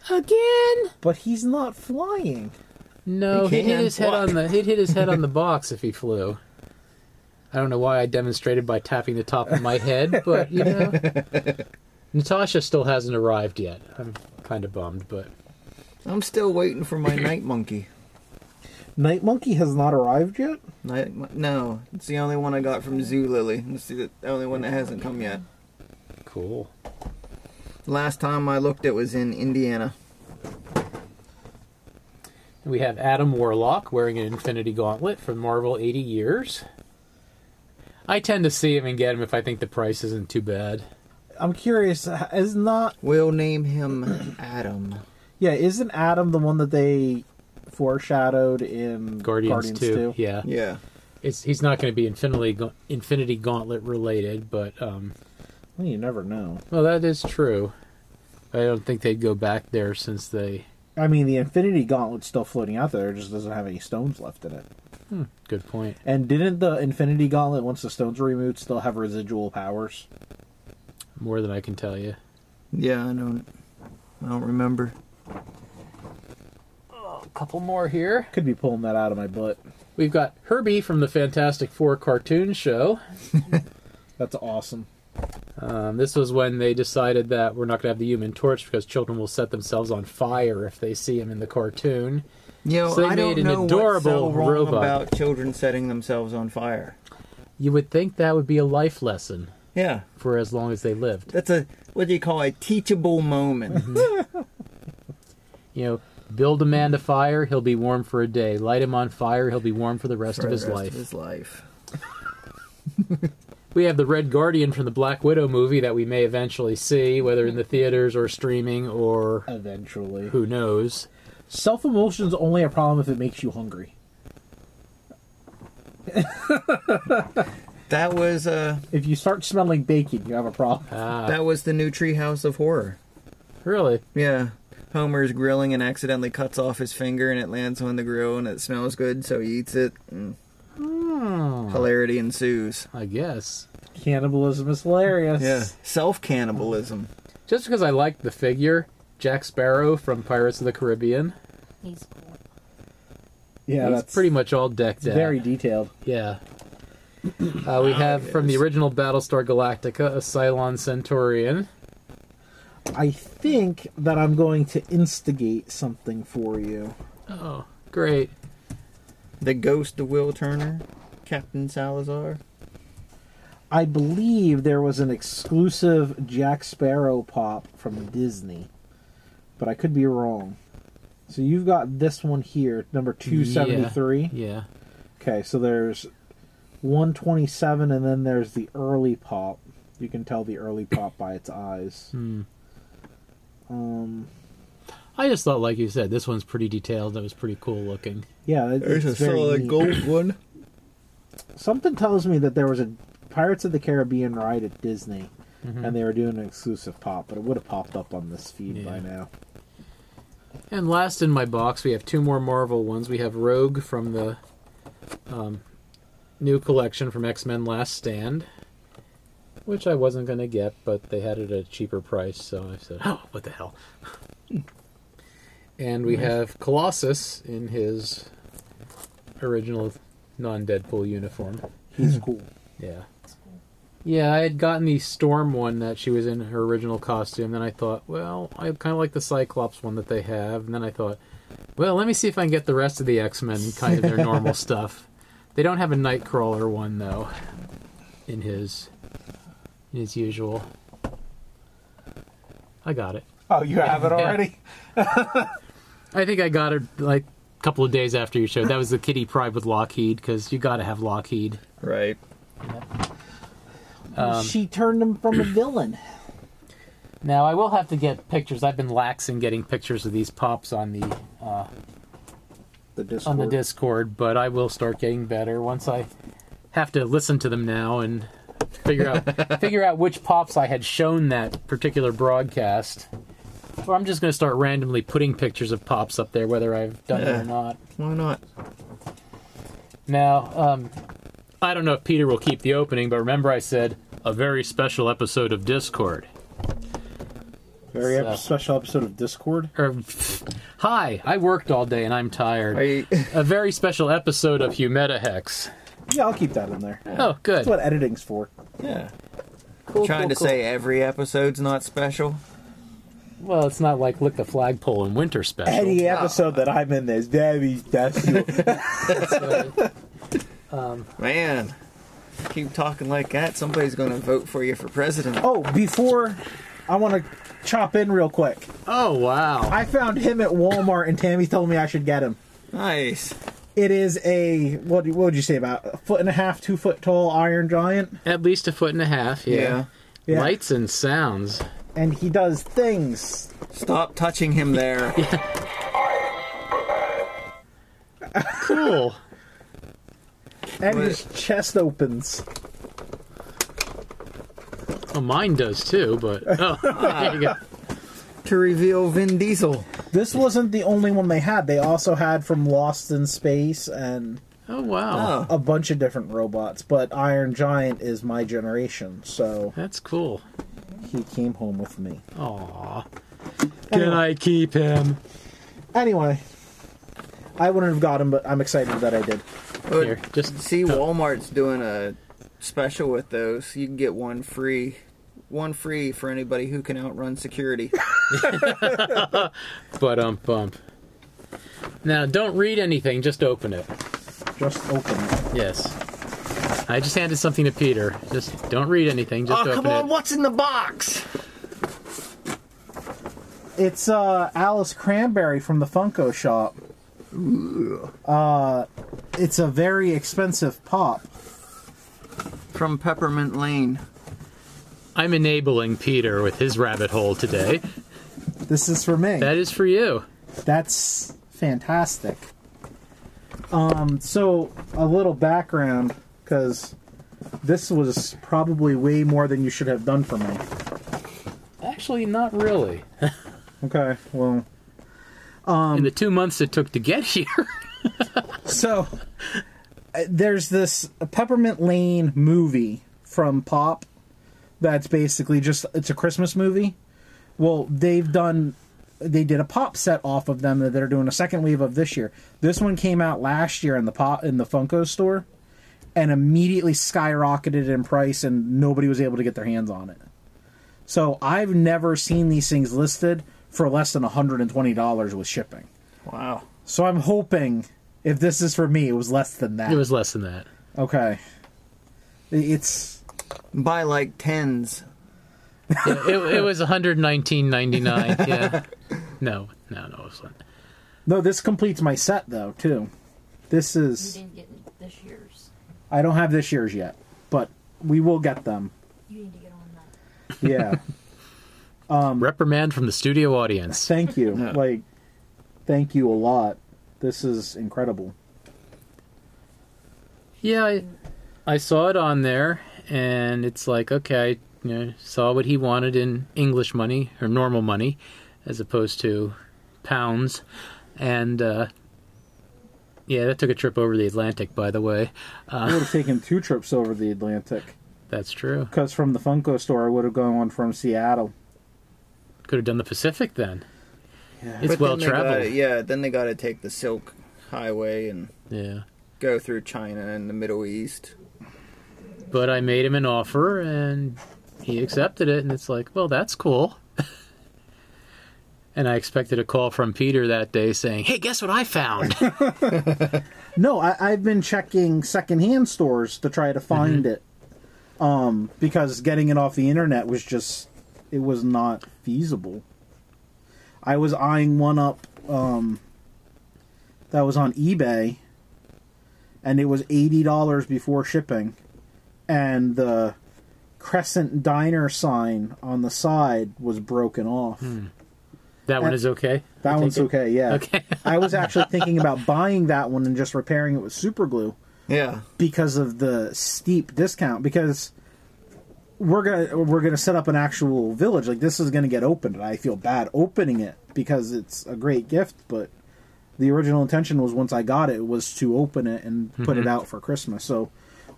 S1: Again?
S6: But he's not flying.
S1: No,
S7: He
S1: he'd hit
S7: can
S1: his head
S7: fly.
S1: on the he'd hit his head
S7: *laughs*
S1: on the box if he flew. I don't know why I demonstrated by tapping the top of my head, but you
S7: *laughs*
S1: know, Natasha still hasn't arrived yet. I'm kind of bummed, but
S7: I'm still waiting
S1: *laughs*
S7: for my night monkey.
S6: Night Monkey has not arrived yet.
S7: Night, mon- no, it's the only one I got from Zoo Lily. It's the only one that hasn't come yet.
S1: cool.
S7: Last time I looked, it was in Indiana.
S1: We have Adam Warlock wearing an Infinity Gauntlet from Marvel 80 years. I tend to see him and get him if I think the price isn't too bad.
S6: I'm curious. Is not
S7: We'll name him *coughs* Adam.
S6: yeah? Isn't Adam the one that they foreshadowed in
S1: Guardians, too,
S6: 2?
S1: yeah.
S7: Yeah.
S1: It's, he's not going to be Infinity Ga- Infinity Gauntlet related, but um,
S6: Well, you never know.
S1: well, that is true. I don't think they'd go back there since they.
S6: I mean, the Infinity Gauntlet's still floating out there. It just doesn't have any stones left in it.
S1: Good point.
S6: And didn't the Infinity Gauntlet, once the stones were removed, still have residual powers?
S1: More than I can tell you.
S7: Yeah, I don't. I don't remember.
S1: A couple more here.
S6: Could be pulling that out of my butt.
S1: We've got Herbie from the Fantastic Four cartoon show.
S6: That's awesome.
S1: Um, this was when they decided that we're not going to have the human torch because children will set themselves on fire if they see him in the cartoon.
S7: You know,
S1: So they
S7: I don't
S1: made an
S7: know what's so
S1: adorable
S7: wrong
S1: robot.
S7: about children setting themselves on fire.
S1: You would think that would be a life lesson
S7: Yeah,
S1: for as long as they lived.
S7: that's a what do you call a teachable
S1: Mm-hmm.
S7: *laughs* moment?
S1: You know, build a man to fire, he'll be warm for a day. Light him on fire, he'll be warm for the rest
S7: for
S1: of
S7: the
S1: his
S7: rest
S1: life.
S7: Of his life.
S1: We have the Red Guardian from the Black Widow movie that we may eventually see, whether in the theaters or streaming or
S6: Eventually.
S1: who knows.
S6: Self emotion's only a problem if it makes you hungry.
S7: That was uh,
S6: If you start smelling bacon, you have a problem.
S1: Uh,
S7: that was the new Treehouse of Horror.
S1: Really?
S7: Yeah. Homer's grilling and accidentally cuts off his finger and it lands on the grill and it smells good, so he eats it. And
S1: Oh.
S7: Hilarity ensues.
S1: I guess.
S6: Cannibalism is hilarious.
S7: Self cannibalism.
S1: Just because I liked the figure, Jack Sparrow from Pirates of the Caribbean.
S5: He's cool.
S6: Yeah,
S1: He's
S6: that's
S1: pretty much all decked out.
S6: very detailed.
S1: Yeah. Uh, we have from the original Battlestar Galactica a Cylon Centaurian.
S6: I think that I'm going to instigate something for you.
S1: Oh, great.
S7: The ghost of Will Turner, Captain Salazar.
S6: I believe there was an exclusive Jack Sparrow pop from Disney, but I could be wrong. So you've got this one here, number 273.
S1: Yeah.
S6: Okay, so there's 127, and then there's the early pop. You can tell the early pop by its eyes. Um,
S1: I just thought, like you said, this one's pretty detailed. That was pretty cool looking.
S6: yeah, it- it's very neat.
S7: gold one.
S6: Something tells me that there was a Pirates of the Caribbean ride at Disney, and they were doing an exclusive pop, but it would have popped up on this feed by
S1: Yeah.
S6: now.
S1: And last in my box, we have two more Marvel ones. We have Rogue from the um, new collection from X Men Last Stand, which I wasn't going to get, but they had it at a cheaper price, so I said, oh, what the hell. and we have Colossus in his original non Deadpool uniform.
S6: He's cool.
S1: Yeah. Yeah, I had gotten the Storm one that she was in her original costume. Then I thought, well, I kind of like the Cyclops one that they have. And then I thought, well, let me see if I can get the rest of the X Men kind of their normal stuff. They don't have a Nightcrawler one though. In his, in his usual. I got it.
S6: Oh, you have it
S1: Yeah.
S6: already?
S1: I think I got it like a couple of days after you showed. That was the Kitty Pride with Lockheed because you got to have Lockheed.
S7: Right.
S6: she turned him from a villain.
S1: Now I will have to get pictures. I've been lax in getting pictures of these pops on the uh,
S6: The Discord.
S1: on the Discord, but I will start getting better once I have to listen to them now and figure
S7: *laughs*
S1: out figure out which pops I had shown that particular broadcast. Or I'm just going to start randomly putting pictures of pops up there, whether I've done it
S7: Yeah.
S1: or not.
S7: Why not?
S1: Now, um, I don't know if Peter will keep the opening, but remember I said a very special episode of Discord.
S6: Very ep-
S1: So-
S6: special episode of Discord.
S1: Or, *laughs* hi, I worked all day and I'm tired.
S7: *laughs* I
S1: a very special episode of Humeta Hex.
S6: Yeah, I'll keep that in there.
S1: Oh, good.
S6: That's what editing's for.
S7: yeah.
S1: Cool,
S7: Trying
S1: cool,
S7: to
S1: cool.
S7: say every episode's not special.
S1: Well, it's not like lick the flagpole in winter special.
S6: Any episode that I'm in is very special.
S7: Man, keep talking like that. Somebody's going to vote for you for president.
S6: *laughs* oh, before I want to chop in real quick.
S1: Oh wow!
S6: I found him at Walmart, and Tammy told me I should get him.
S7: Nice.
S6: It is a what? What would you say about a foot and a half, two foot tall iron giant?
S1: At least a foot and a half. Yeah.
S6: Yeah.
S1: Lights and sounds.
S6: And he does things.
S7: Stop touching him *laughs* there.
S1: Cool.
S6: And his chest opens.
S1: well, mine does too, but *laughs* oh, there you go.
S7: to reveal Vin Diesel.
S6: This wasn't the only one they had. They also had from Lost in Space and
S1: Oh wow,
S6: a bunch of different robots. But Iron Giant is my generation, so
S1: that's cool.
S6: he came home with me.
S1: Aw. Can I keep him?
S6: Anyway, I wouldn't have got him, but I'm excited that I did.
S7: But
S1: Here, just
S7: see, Walmart's doing a special with those. You can get one free, one free for anybody who can outrun *laughs* security.
S1: But ump bump. Now, don't read anything. Just open it.
S6: Just open it.
S1: Yes. I just handed something to Peter. Just don't read anything. Just open it.
S7: what's in the box?
S6: It's uh, Alice Cranberry from the Funko shop. Uh, it's a very expensive pop.
S7: From Peppermint Lane.
S1: I'm enabling Peter with his rabbit hole today.
S6: This is for me.
S1: That is for you.
S6: That's fantastic. Um, so a little background because this was probably way more than you should have done for me.
S1: Actually, not really.
S6: Okay, well,
S1: In the two months it took to get *laughs* here.
S6: so uh, there's this Peppermint Lane movie from Pop that's basically just it's a Christmas movie. Well, they've done they did a pop set off of them that they're doing a second wave of this year. This one came out last year in the pop in the Funko store and immediately skyrocketed in price and nobody was able to get their hands on it. So I've never seen these things listed for less than $120 with shipping.
S7: Wow.
S6: So I'm hoping if this is for me, it was less than that.
S1: it was less than *laughs* that.
S6: okay. It's
S7: Buy like tens.
S1: Yeah, it, it was *laughs* 119.99. Yeah. No, no, no. It was not.
S6: no. This completes my set though too. This
S5: You
S6: is
S5: didn't get this year's.
S6: I don't have this year's yet, but we will get them.
S5: You need to get on that.
S1: *laughs*
S6: Yeah.
S1: Um, Reprimand from the studio audience.
S6: thank you. Like, thank you a lot. This is incredible.
S1: Yeah, I, I saw it on there, and it's like okay, you know, saw what he wanted in English money or normal money, as opposed to pounds, and uh, yeah, that took a trip over the Atlantic. By the way,
S6: I would have taken two trips over the Atlantic
S1: that's true.
S6: because from the Funko store, I would have gone from Seattle.
S1: Could have done the Pacific then.
S7: But
S1: It's
S7: then
S1: well
S7: they gotta-
S1: traveled.
S7: yeah, then they got to take the Silk Highway and
S1: Yeah.
S7: go through China and the Middle East.
S1: But I made him an offer and he accepted it, and it's like, well, that's cool. *laughs* and I expected a call from Peter that day saying, hey, guess what I
S6: *laughs*
S1: found?
S6: No, I, I've been checking secondhand stores to try to find
S1: Mm-hmm.
S6: it, um, because getting it off the internet was just it was not feasible. I was eyeing one up um, that was on eBay, and it was eighty dollars before shipping, and the Crescent Diner sign on the side was broken off.
S1: that one is Hmm. okay.
S6: That
S1: I
S6: one's
S1: take it?
S6: okay, yeah.
S1: Okay. *laughs*
S6: I was actually thinking about buying that one and just repairing it with super glue
S7: Yeah,
S6: because of the steep discount because we're gonna we're gonna set up an actual village like this is gonna get opened and i feel bad opening it because it's a great gift but the original intention was once i got it was to open it and put it out for christmas so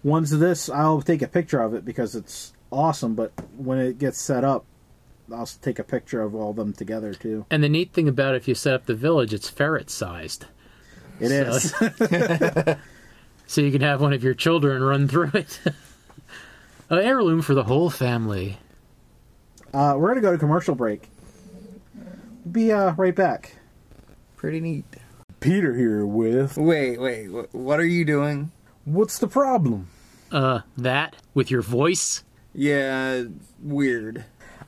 S6: once this i'll take a picture of it because it's awesome but when it gets set up i'll s- take a picture of all them together too
S1: And the neat thing about if you set up the village, it's ferret sized.
S6: It is. *laughs*
S1: So you can have one of your children run through it. *laughs* An heirloom for the whole family.
S6: uh, we're gonna go to commercial break be uh, right back
S7: pretty neat.
S6: peter here with
S7: Wait, wait, wh- what are you doing?
S6: what's the problem
S1: Uh, that with your voice.
S7: Yeah, weird.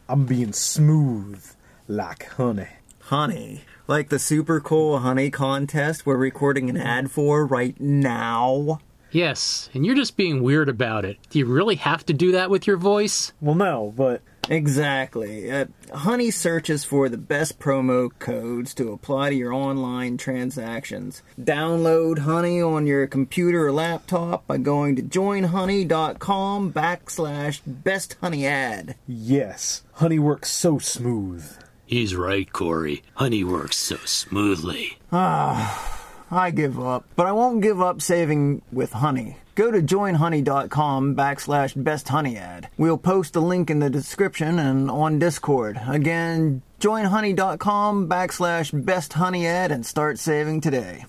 S6: I'm being smooth like honey.
S7: Honey, like the super cool honey contest we're recording an ad for right now.
S1: Yes, and you're just being weird about it. Do you really have to do that with your voice?
S6: Well, no, but
S7: Exactly. Uh, Honey searches for the best promo codes to apply to your online transactions. Download Honey on your computer or laptop by going to joinhoney.com backslash best honey ad.
S6: yes, honey works so smooth.
S8: He's right, Corey. Honey works so smoothly.
S7: I give up, but I won't give up saving with Honey. Go to joinhoney.com backslash best honey ad. We'll post the link in the description and on Discord. Again, joinhoney.com backslash best honey ad and start saving today.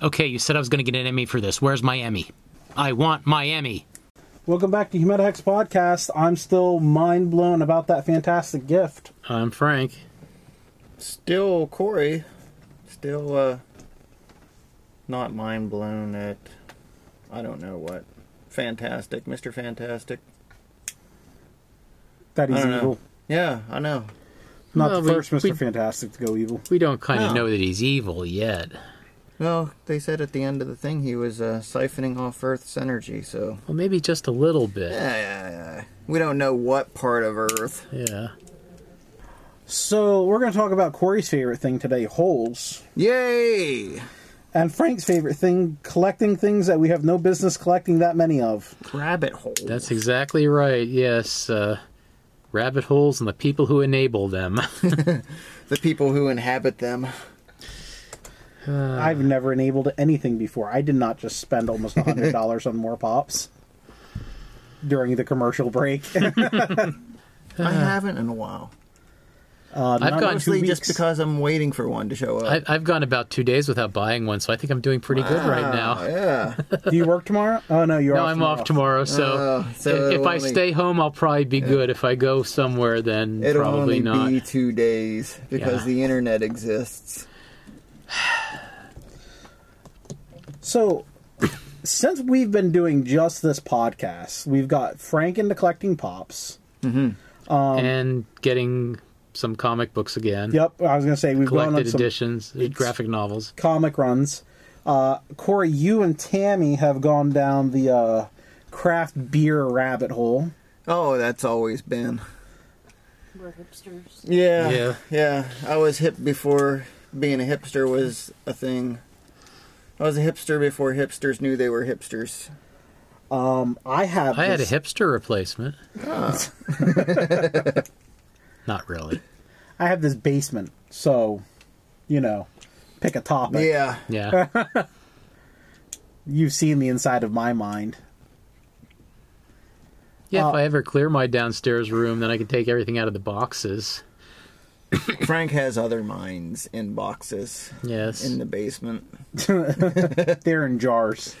S1: Okay, you said I was going to get an Emmy for this. Where's my Emmy? I want my Emmy.
S6: Welcome back to Humedahex Podcast. I'm still mind blown about that fantastic gift.
S1: I'm Frank.
S7: still Corey, still uh, not mind blown at I don't know what. Fantastic, Mr. Fantastic.
S6: That he's
S7: I don't
S6: evil.
S7: know. Yeah, I know.
S6: Not
S1: Well,
S6: the
S1: we-
S6: first Mr.
S1: we-
S6: Fantastic to go evil.
S1: We don't kind of
S7: No.
S1: know that he's evil yet.
S7: Well, they said at the end of the thing he was uh, siphoning off Earth's energy, so
S1: Well, maybe just a little bit.
S7: yeah, yeah, yeah. we don't know what part of Earth.
S1: Yeah.
S6: So, we're going to talk about Corey's favorite thing today holes.
S7: Yay!
S6: And Frank's favorite thing collecting things that we have no business collecting that many of.
S7: Rabbit hole.
S1: That's exactly right. Yes. Uh, rabbit holes and the people who enable them. *laughs*
S7: the people who inhabit them.
S6: I've never enabled anything before. I did not just spend
S1: *laughs*
S6: almost $100 on more pops during the
S1: *laughs*
S6: commercial break.
S7: I haven't in a while.
S6: Uh,
S1: I've
S6: not
S1: Uh. gone-
S6: most-
S7: Mostly just
S6: weeks.
S7: because I'm waiting for one to show up.
S1: I, I've gone about two days without buying one, so I think I'm doing pretty good right now.
S7: yeah.
S6: Do you work tomorrow? Oh no, you're
S1: No,
S6: off
S1: I'm off tomorrow, so,
S7: Oh, so
S1: if, if
S7: it'll
S1: I
S7: only-
S1: stay home, I'll probably be good. If I go somewhere, then
S7: It'll
S1: probably
S7: only
S1: not.
S7: be two days because
S1: Yeah.
S7: the internet exists.
S6: So, since we've been doing just this podcast, we've got Frank into collecting pops.
S7: um,
S1: and getting some comic books again.
S6: Yep, I was gonna say we've gone on
S1: Collected
S6: some
S1: editions, uh, graphic novels.
S6: comic runs. Uh, Corey, you and Tammy have gone down the uh, craft beer rabbit hole.
S7: Oh, that's always been.
S5: We're
S7: *laughs*
S5: hipsters.
S7: Yeah.
S1: Yeah.
S7: Yeah. I was hip before being a hipster was a thing. I was a hipster before hipsters knew they were hipsters.
S6: I have.
S1: I had a
S6: this-
S1: hipster replacement.
S6: Ah. *laughs*
S1: Not really.
S6: I have this basement, so you know, pick a topic.
S7: Yeah.
S6: *laughs*
S1: Yeah.
S6: You've seen the inside of my mind.
S1: Yeah,
S6: Uh,
S1: if I ever clear my downstairs room, then I can take everything out of the boxes.
S7: Frank has other mines in boxes
S1: Yes.
S7: in the basement.
S6: They're in jars.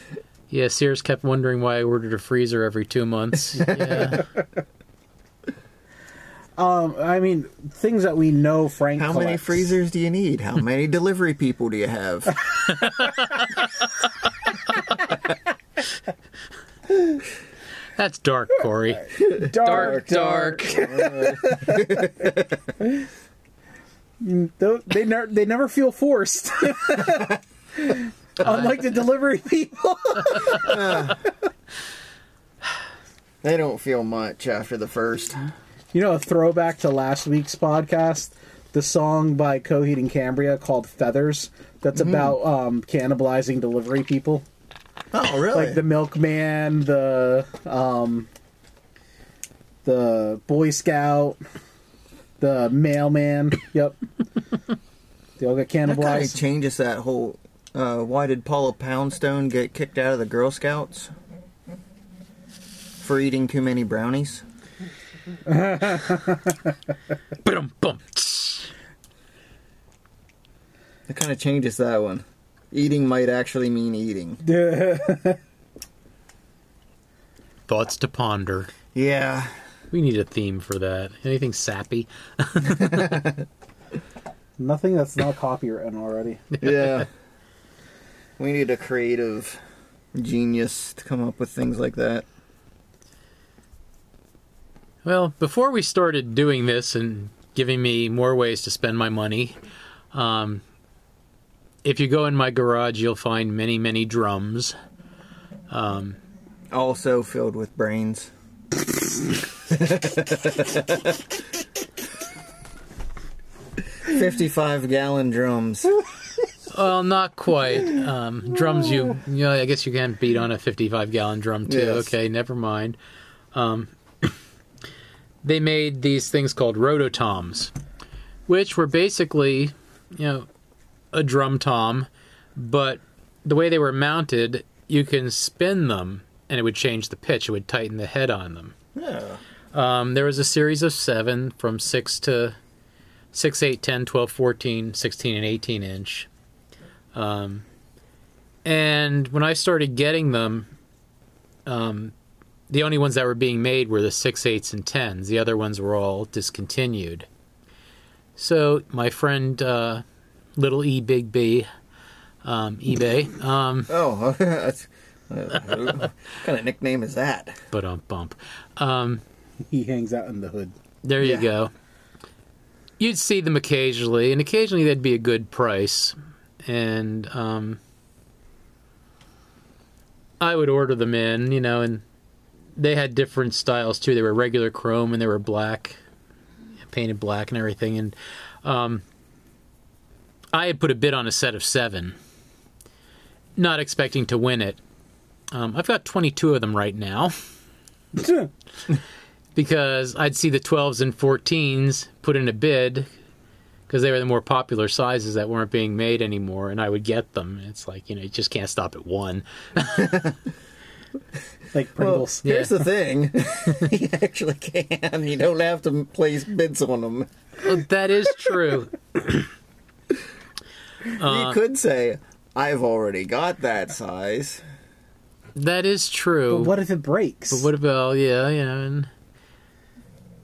S1: Yeah, Sears kept wondering why I ordered a freezer every two
S6: *laughs*
S1: months. Yeah.
S6: I mean, things that we know Frank.
S7: How many
S6: collects.
S7: freezers do you need? *laughs* How many delivery people do you have?
S1: That's dark, Corey.
S6: Dark, Tho- They never, they never feel forced. *laughs* Unlike the delivery people.
S7: *laughs*
S6: *laughs*
S7: they don't feel much after the first.
S6: You know, a throwback to last week's podcast, the song by Coheed and Cambria called "Feathers." That's
S7: Mm-hmm.
S6: about um, cannibalizing delivery people,
S7: Oh, really?
S6: like the milkman, the um, the Boy Scout, the mailman. *laughs* Yep, they all got
S7: that kind of
S6: cannibalized.
S7: changes that whole. Uh, why did Paula Poundstone get kicked out of the Girl Scouts? For eating too many brownies?
S1: Ba-dum, bum.
S7: That kind of changes that one. Eating might actually mean eating.
S1: Thoughts to ponder.
S7: Yeah.
S1: We need a theme for that. Anything sappy?
S6: Nothing that's not copywritten already.
S7: *laughs*
S6: *laughs*
S7: Yeah. we need a creative genius to come up with things like that.
S1: Well, before we started doing this and giving me more ways to spend my money, um, if you go in my garage, you'll find many, many drums.
S7: Also filled with brains. Fifty-five gallon drums.
S1: Well, not quite. Um, drums, you, you know, I guess you can beat on a 55 gallon drum too.
S7: Yes.
S1: Okay, never mind. Um, *coughs* they made these things called rototoms, which were basically, you know, a drum tom, but the way they were mounted, you can spin them and it would change the pitch. It would tighten the head on them.
S7: Yeah.
S1: Um, there was a series of seven from 6 to 6, 8, 10, 12, 14, 16, and 18 inch. Um, and when I started getting them, um, the only ones that were being made were the 6, 8s, and 10s. The other ones were all discontinued. So my friend uh, Little E Big B, um, eBay, um,
S7: Oh, *laughs* that's uh, what kind of nickname is that?
S1: but um, bump.
S6: He hangs out in the hood.
S1: There
S7: Yeah.
S1: you go. You'd see them occasionally, and occasionally they'd be a good price. And um, I would order them in, you know, and they had different styles too. They were regular chrome and they were black, painted black and everything. And um, I had put a bid on a set of seven, not expecting to win it. Um, I've got 22 of them right now because I'd see the 12s and 14s put in a bid because they were the more popular sizes that weren't being made anymore, and I would get them. And It's like, you know, you just can't stop at one.
S6: Like Pringles.
S7: Here's the thing: *laughs* you actually can. You don't have to place bids on them.
S1: Well, that is
S6: *laughs*
S1: true.
S7: you could say, "I've already got that size."
S1: That is true.
S6: But what if it breaks?
S1: But what about yeah, you know, and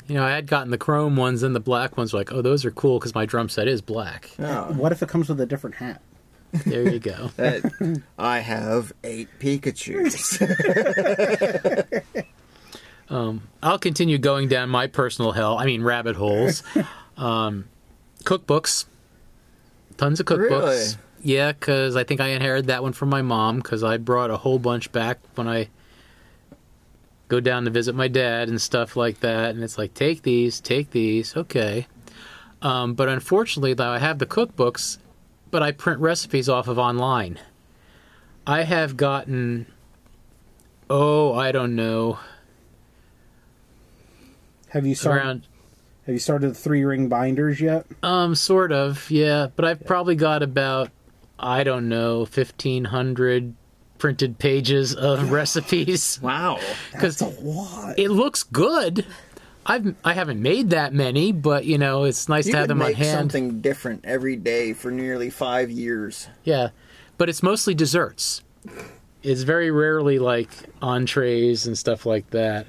S1: you know, I had gotten the chrome ones and the black ones. Like, oh, those are cool because my drum set is black.
S7: Oh,
S6: what if it comes with a different hat?
S1: There you go.
S7: that, I have eight Pikachu's. *laughs*
S1: I'll continue going down my personal hell. I mean, rabbit holes. um, cookbooks, tons of cookbooks.
S7: Really?
S1: Yeah, because I think I inherited that one from my mom. Because I brought a whole bunch back when I go down to visit my dad and stuff like that. And it's like, take these, take these, okay. Um, but unfortunately, though, I have the cookbooks, but I print recipes off of online. I have gotten, oh, I don't know,
S6: Have you saw
S1: around
S6: Have you started the three ring binders yet?
S1: Um, sort of, yeah. But I've probably got about, I don't know, 1,500 printed pages of recipes.
S7: Wow.
S1: Because
S6: What?
S1: it looks good. I've, I haven't made that many, but, you know, it's nice
S7: You
S1: to have
S7: could
S1: them on
S7: make
S1: hand.
S7: something different every day for nearly five years.
S1: Yeah, but it's mostly desserts. It's very rarely like entrees and stuff like that.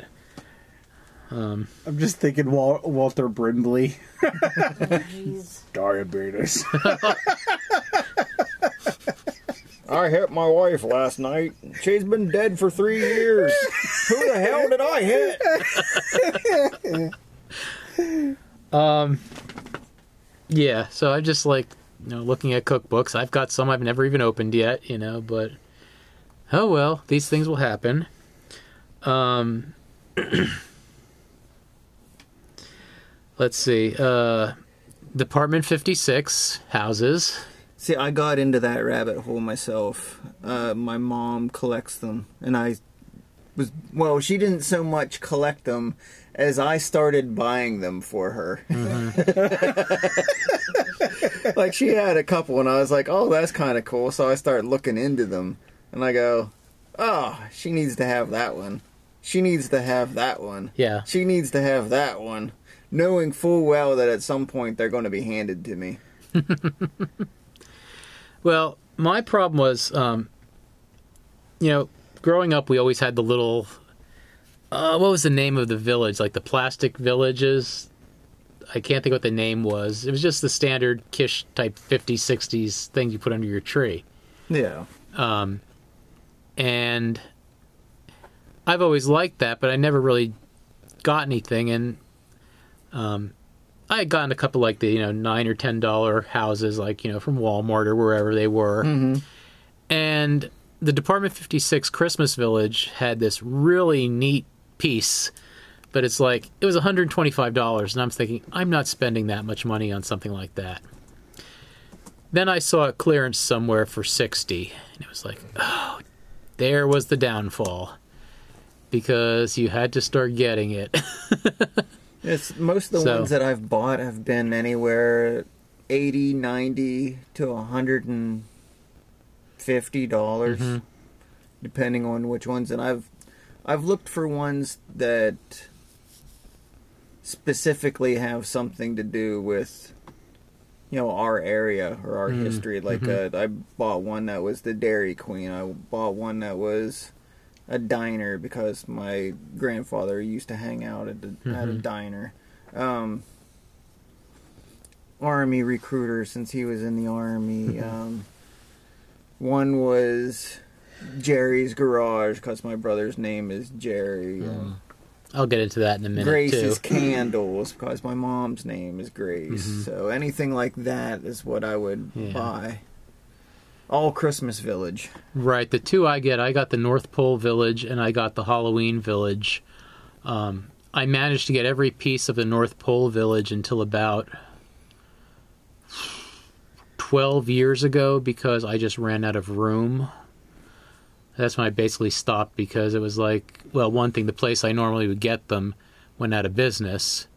S6: I'm just thinking Wal- Walter Brimley.
S5: Jeez.
S6: Diabetes.
S7: I hit my wife last night. She's been dead for three years. Who the hell did I hit?
S1: Yeah, so I just like you know looking at cookbooks. I've got some I've never even opened yet, you know, but oh well, these things will happen. Um *clears throat* Let's see. Uh Department 56 houses.
S7: See, I got into that rabbit hole myself. Uh, my mom collects them, and I was well. She didn't so much collect them as I started buying them for her. *laughs* like she had a couple, and I was like, "Oh, that's kind of cool." So I started looking into them, and I go, "Oh, she needs to have that one. She needs to have that one.
S1: Yeah.
S7: she needs to have that one." Knowing full well that at some point they're going to be handed to me.
S1: Well, my problem was, um, you know, growing up, we always had the little, uh, what was the name of the village? Like the plastic villages. I can't think what the name was. It was just the standard Kish type 50s, 60s thing you put under your tree.
S7: Yeah.
S1: And I've always liked that, but I never really got anything. And um, I had gotten a couple like the, you know, nine or ten dollar houses, like, you know, from Walmart or wherever they were. And the Department 56 Christmas Village had this really neat piece, but it's like, it was $125. And I'm thinking, I'm not spending that much money on something like that. Then I saw a clearance somewhere for 60 and it was like, oh, there was the downfall because you had to start getting it. *laughs*
S7: It's most of the
S1: So-
S7: ones that I've bought have been anywhere 80, 90 to 150 dollars depending on which ones and I've I've looked for ones that specifically have something to do with you know our area or our history like uh, I bought one that was the Dairy Queen. I bought one that was a diner because my grandfather used to hang out at, the, at a diner. Um, army recruiter since he was in the army. um, one was Jerry's Garage because my brother's name is Jerry. Um,
S1: I'll get into that in a Mm, minute *laughs*
S7: Grace's
S1: too.
S7: Candles because my mom's name is Grace. So anything like that is what I would
S1: Mm-hmm. Yeah.
S7: buy. All Christmas Village.
S1: Right, the two I get, I got the North Pole Village and I got the Halloween Village. Um, I managed to get every piece of the North Pole Village until about 12 years ago because I just ran out of room. That's when I basically stopped because it was like, well, one thing, the place I normally would get them went out of business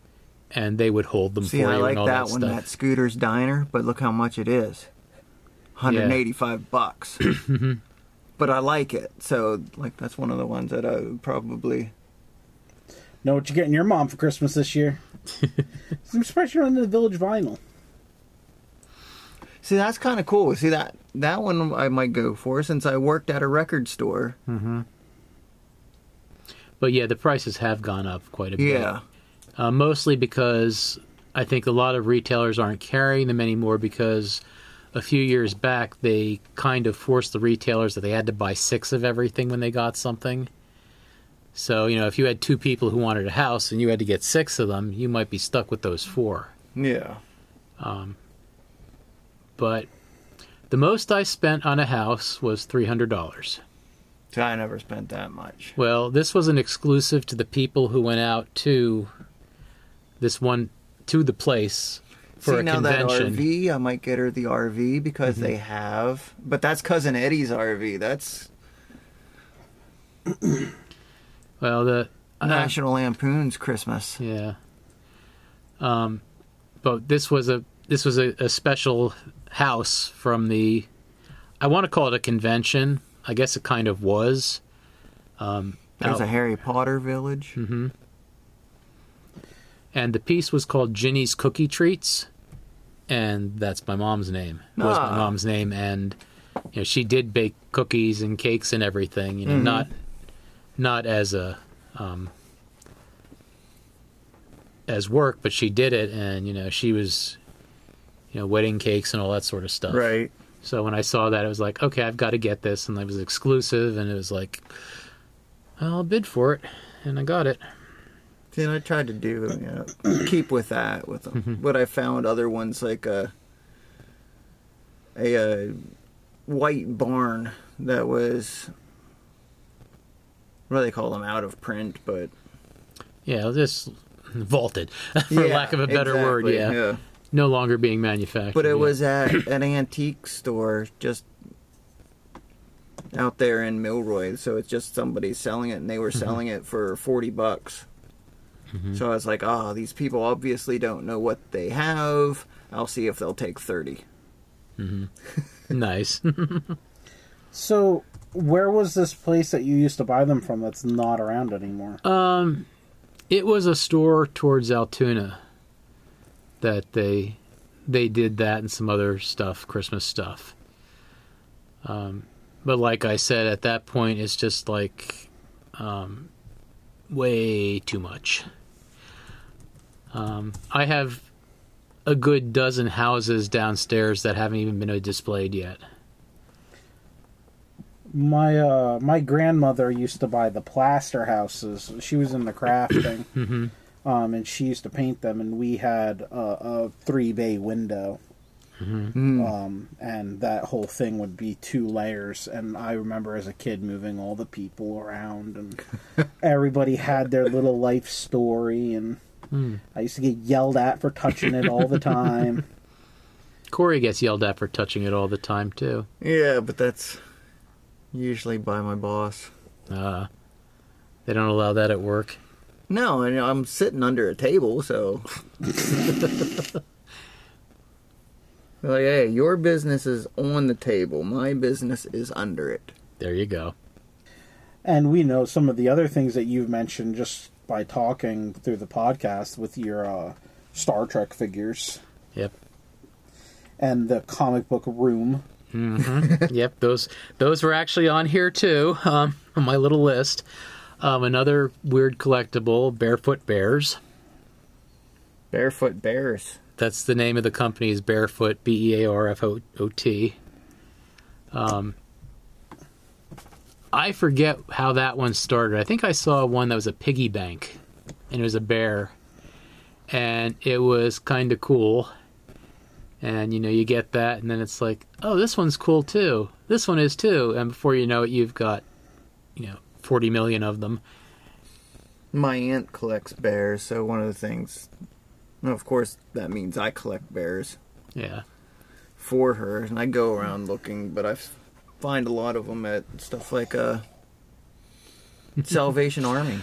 S1: and they would hold them
S7: See,
S1: for
S7: I
S1: you
S7: like
S1: and all
S7: that,
S1: that
S7: one.
S1: stuff.
S7: That Scooter's Diner, but look how much it is.
S1: *coughs*
S7: 185 bucks.
S1: Mm-hmm.
S7: but I like it. So, like, that's one of the ones that I would probably.
S6: know what you're getting your mom for Christmas
S1: *laughs*
S6: this year? I'm surprised you're on the Village vinyl.
S7: See, that's kind of cool. See, that that one I might go for since I worked at a record store.
S1: Mm-hmm. But yeah, the prices have gone up quite a bit.
S7: Yeah.
S1: uh, mostly because I think a lot of retailers aren't carrying them anymore because a few years back they kind of forced the retailers that they had to buy six of everything when they got something. So, you know, if you had two people who wanted a house and you had to get six of them, you might be stuck with those four.
S7: Yeah.
S1: But the most I spent on a house was $300.
S7: See, I never spent that much.
S1: Well, this was an exclusive to the people who went out to this one, to the place for
S7: See,
S1: a
S7: now
S1: convention. Mm-hmm.
S7: that RV, I might get her the RV because they have. But that's Cousin Eddie's RV. That's
S1: Well, the uh, Uh-huh.
S7: National Lampoon's Christmas.
S1: yeah. Um, but this was a this was a, a special house from the I want to call it a convention. I guess it kind of was.
S7: There's
S1: Oh.
S7: a Harry Potter village.
S1: Mm-hmm. and the piece was called Ginny's Cookie Treats, and that's my mom's name. Was
S7: Ah.
S1: my mom's name, and you know she did bake cookies and cakes and everything. You know,
S7: Mm-hmm.
S1: not not as a um, as work, but she did it, and you know she was you know wedding cakes and all that sort of stuff.
S7: Right.
S1: So when I saw that, it was like, okay, I've got to get this, and it was exclusive, and it was like, I'll bid for it, and I got it.
S7: See, and I tried to do you *coughs* know, keep with that with them.
S1: Mm-hmm.
S7: What I found other ones like a a, uh white barn that was what do they call them out of print, but
S1: Yeah, this vaulted, *laughs* for
S7: Yeah,
S1: lack of a better word. Yeah.
S7: exactly,
S1: no longer being manufactured.
S7: But
S1: yeah.
S7: it was at an antique store just out there in Milroy, so it's just somebody selling it, and they were selling it for forty bucks. So I was like, "Ah, these people obviously don't know what they have. I'll see if they'll take 30.
S1: *laughs* nice. *laughs*
S6: So, where was this place that you used to buy them from that's not around anymore?
S1: it was a store towards Altoona that they they did that and some other stuff, Christmas stuff. Um, but like I said, at that point, it's just like um, way too much. Um, I have a good dozen houses downstairs that haven't even been displayed yet.
S6: my uh, my grandmother used to buy the plaster houses. She was in the crafting, um, and she used to paint them. And we had a, a three bay window, um, and that whole thing would be two layers. And I remember as a kid moving all the people around, and everybody had their little life story. And I used to get yelled at for touching it all the time.
S1: Corey gets yelled at for touching it all the time too.
S7: Yeah, but that's usually by my boss.
S1: Uh, they don't allow that at work.
S7: No, and I'm sitting under a table, *laughs* so. like, hey, your business is on the table. My business is under it.
S1: There you go.
S6: And we know some of the other things that you've mentioned just by talking through the podcast with your uh, Star Trek figures
S1: Yep.
S6: and the comic book room.
S1: yep. Those those were actually on here too um, *laughs* on my little list. Um, another weird collectible, Barefoot Bears.
S7: Barefoot bears.
S1: That's the name of the company is Barefoot B E A R F O O T. Um, I forget how that one started. I think I saw one that was a piggy bank, and it was a bear, and it was kind of cool. And you know, you get that, and then it's like, oh, this one's cool too. This one is too. And before you know it, you've got, you know, forty million of them.
S7: My aunt collects bears, so one of the things. Well, of course, that means I collect bears
S1: Yeah.
S7: for her, and I go around looking, but I f- find a lot of them at stuff like uh, Salvation Army.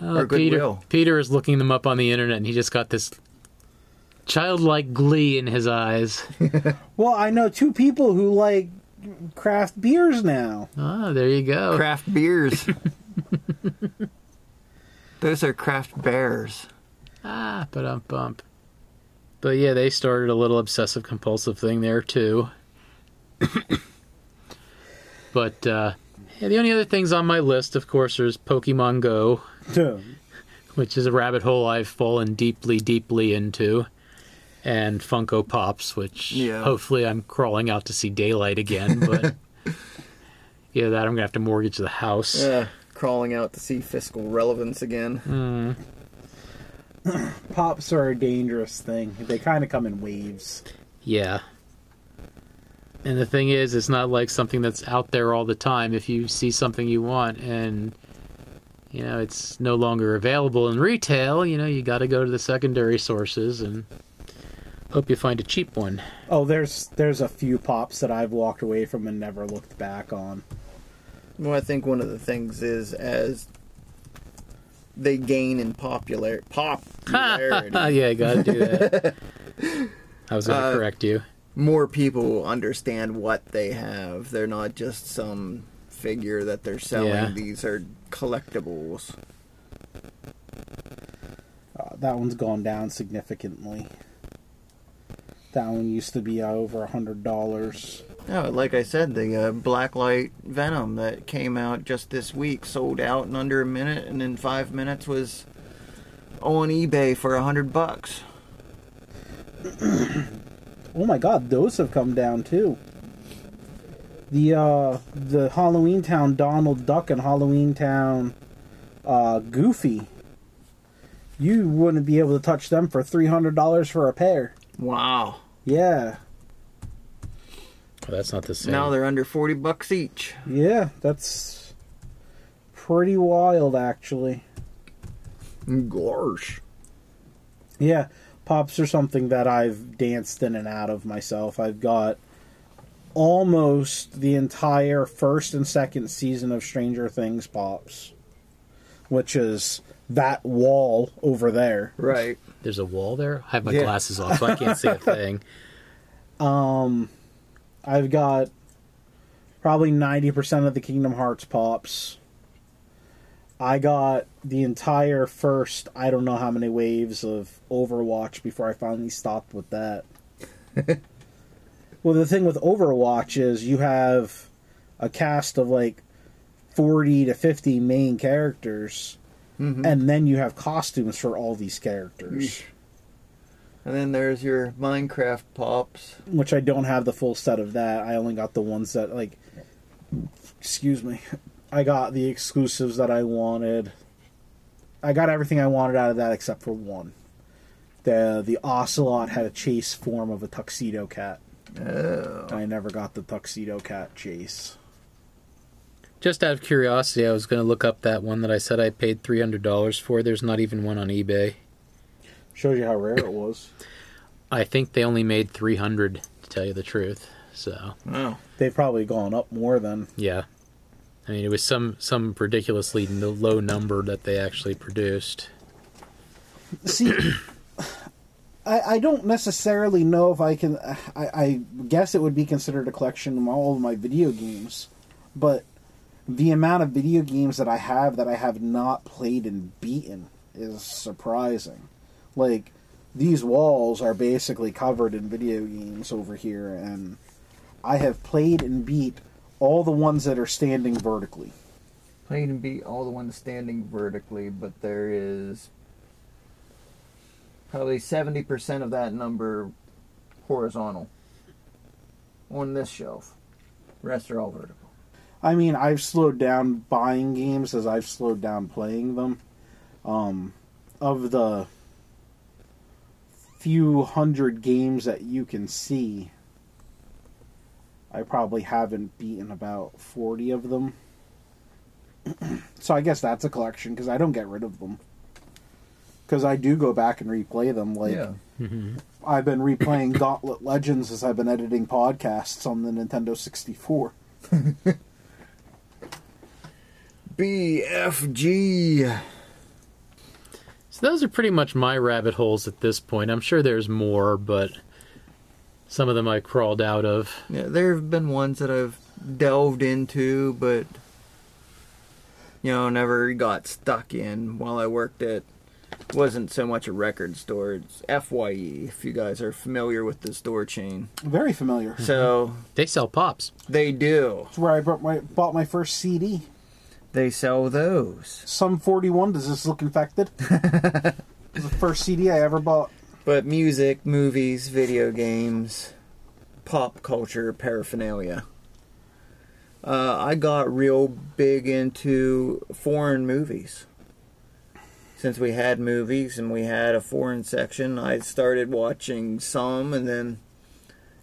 S1: Uh,
S7: or
S1: Peter,
S7: Goodwill.
S1: Peter is looking them up on the internet, and he just got this childlike glee in his
S7: *laughs*
S1: eyes.
S6: Well, I know two people who like craft beers now.
S1: Ah, there you go.
S7: craft beers. *laughs* Those are craft bears.
S1: Ah, but um bump. But yeah, they started a little obsessive compulsive thing there too.
S7: *coughs*
S1: but uh, yeah, the only other things on my list, of course, there's Pokemon Go, which is a rabbit hole I've fallen deeply, deeply into, and Funko Pops, which
S7: Yeah.
S1: hopefully I'm crawling out to see daylight again. But yeah, that I'm gonna have to mortgage the house.
S7: Uh, crawling out to see fiscal relevance again.
S6: *laughs* Pops are a dangerous thing. They kind of come in waves.
S1: Yeah. And the thing is, it's not like something that's out there all the time. If you see something you want and you know it's no longer available in retail, you know you got to go to the secondary sources and hope you find a cheap one.
S6: Oh, there's there's a few pops that I've walked away from and never looked back on.
S7: Well, I think one of the things is as they gain in popular popularity.
S1: Ah, *laughs* yeah, gotta do
S7: *laughs*
S1: that. I was
S7: Uh,
S1: gonna correct you.
S7: More people understand what they have. They're not just some figure that they're selling.
S1: Yeah.
S7: These are collectibles.
S6: Uh, that one's gone down significantly. That one used to be over a hundred dollars.
S7: No, like I said, the uh, Blacklight Venom that came out just this week sold out in under a minute, and in five minutes was on eBay for a hundred bucks.
S6: Oh my god, those have come down too. The uh the Halloween Town Donald Duck and Halloween Town uh Goofy. You wouldn't be able to touch them for three hundred dollars for a pair.
S7: Wow!
S6: Yeah.
S1: Well, that's not the same.
S7: Now they're under forty bucks each.
S6: Yeah, that's pretty wild actually.
S7: Gosh.
S6: Yeah, pops are something that I've danced in and out of myself. I've got almost the entire first and second season of Stranger Things pops, which is that wall over there.
S7: Right.
S1: There's a wall there. I have my
S7: Yeah.
S1: glasses off, so I can't
S7: *laughs*
S1: see a thing.
S6: I've got probably 90% of the Kingdom Hearts pops. I got the entire first, I don't know how many waves of Overwatch before I finally stopped with that. well, the thing with Overwatch is you have a cast of like 40 to 50 main characters, and then you have costumes for all these characters,
S7: And then there's your Minecraft pops.
S6: which I don't have the full set of that. I only got the ones that, like, excuse me, I got the exclusives that I wanted. I got everything I wanted out of that except for one. The the ocelot had a chase form of a tuxedo cat. Oh. I never got the tuxedo cat chase.
S1: Just out of curiosity, I was gonna look up that one that I said I paid three hundred dollars for. There's not even one on eBay.
S6: Shows you how rare it was.
S1: I think they only made three hundred, to tell you the truth. So
S7: Wow.
S6: They've probably gone up more than
S1: yeah, I mean it was some some ridiculously n- low number that they actually produced.
S6: see I, I don't necessarily know if I can I, I guess it would be considered a collection of all of my video games but the amount of video games that I have that I have not played and beaten is surprising like these walls are basically covered in video games over here and I have played and beat all the ones that are standing vertically
S7: Played and beat all the ones standing vertically, but there is probably 70% of that number horizontal on this shelf. Rest are all vertical.
S6: I mean, I've slowed down buying games as I've slowed down playing them. Um, of the few hundred games that you can see, I probably haven't beaten about 40 of them. *clears throat* so I guess that's a collection because I don't get rid of them. Because I do go back and replay them. Like, I've been replaying Gauntlet Legends as I've been editing podcasts on the Nintendo 64.
S7: BFG.
S1: So those are pretty much my rabbit holes at this point. I'm sure there's more, but some of them I crawled out of.
S7: Yeah, there have been ones that I've delved into, but you know, never got stuck in. While I worked at, wasn't so much a record store. It's Fye, if you guys are familiar with the store chain.
S6: Very
S7: Hmm.
S6: familiar.
S7: So
S1: They sell pops.
S7: they do.
S6: It's where I bought my bought my first CD.
S7: They sell those.
S6: Sum 41. Does this
S1: *laughs*
S6: look infected? It's the first CD I ever bought.
S7: But music, movies, video games, pop culture paraphernalia. Uh, I got real big into foreign movies. Since we had movies and we had a foreign section, I started watching some and then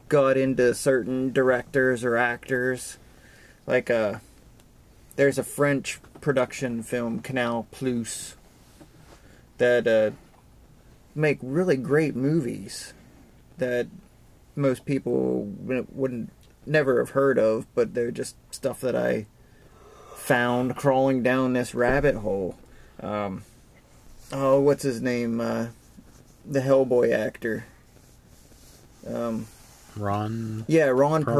S7: got into certain directors or actors. Like, uh, there's a French production film, Canal Plus, that uh, make really great movies that most people wouldn't- wouldn't never have heard of, but they're just stuff that I found crawling down this rabbit hole. Um, oh, what's his name? Uh, the Hellboy actor. Um,
S1: Ron.
S7: yeah, Ron
S1: Perlman.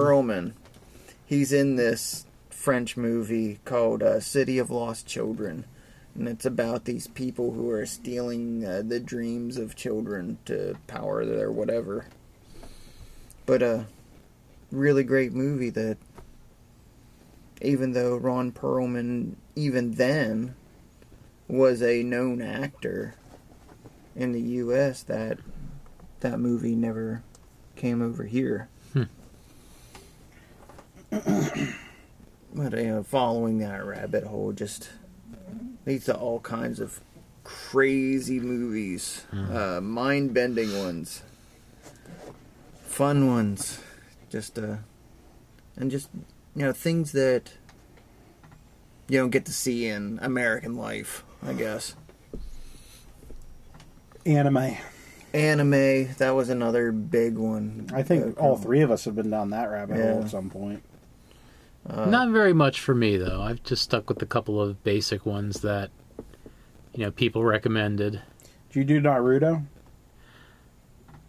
S7: Perlman. He's in this French movie called uh, City of Lost Children, and it's about these people who are stealing uh, the dreams of children to power their whatever. But uh, really great movie that, even though Ron Perlman, even then, was a known actor in the U.S., that that movie never came over here. but you know, following that rabbit hole just leads to all kinds of crazy movies, uh, mind-bending ones, fun ones, just uh, and just you know things that you don't get to see in American life, I guess.
S6: Anime.
S7: Anime, that was another big one.
S6: I think
S7: Uh,
S6: all three of us have been down that rabbit hole
S7: Yeah.
S6: at some point. Uh.
S1: Not very much for me though. I've just stuck with a couple of basic ones that you know people recommended.
S6: Did you do Naruto?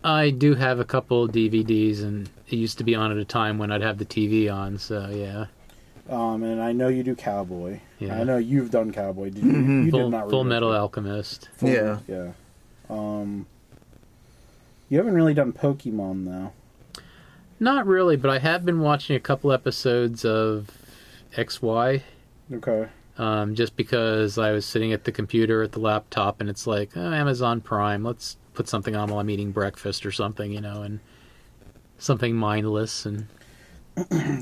S1: I do have a couple of DVDs, and it used to be on at a time when I'd have the TV on. So yeah,
S6: Um, and I know you do Cowboy.
S1: Yeah. Mm-hmm.
S6: I know you've done Cowboy. Did you? You
S1: full,
S6: did Naruto.
S1: full Metal Alchemist.
S6: Full-
S7: Yeah.
S6: Yeah. Um, you haven't really done Pokemon though.
S1: Not really, but I have been watching a couple episodes of XY.
S6: Okay.
S1: um, just because I was sitting at the computer at the laptop and it's like oh, Amazon Prime. Let's put something on while I'm eating breakfast or something, you know, and something mindless. And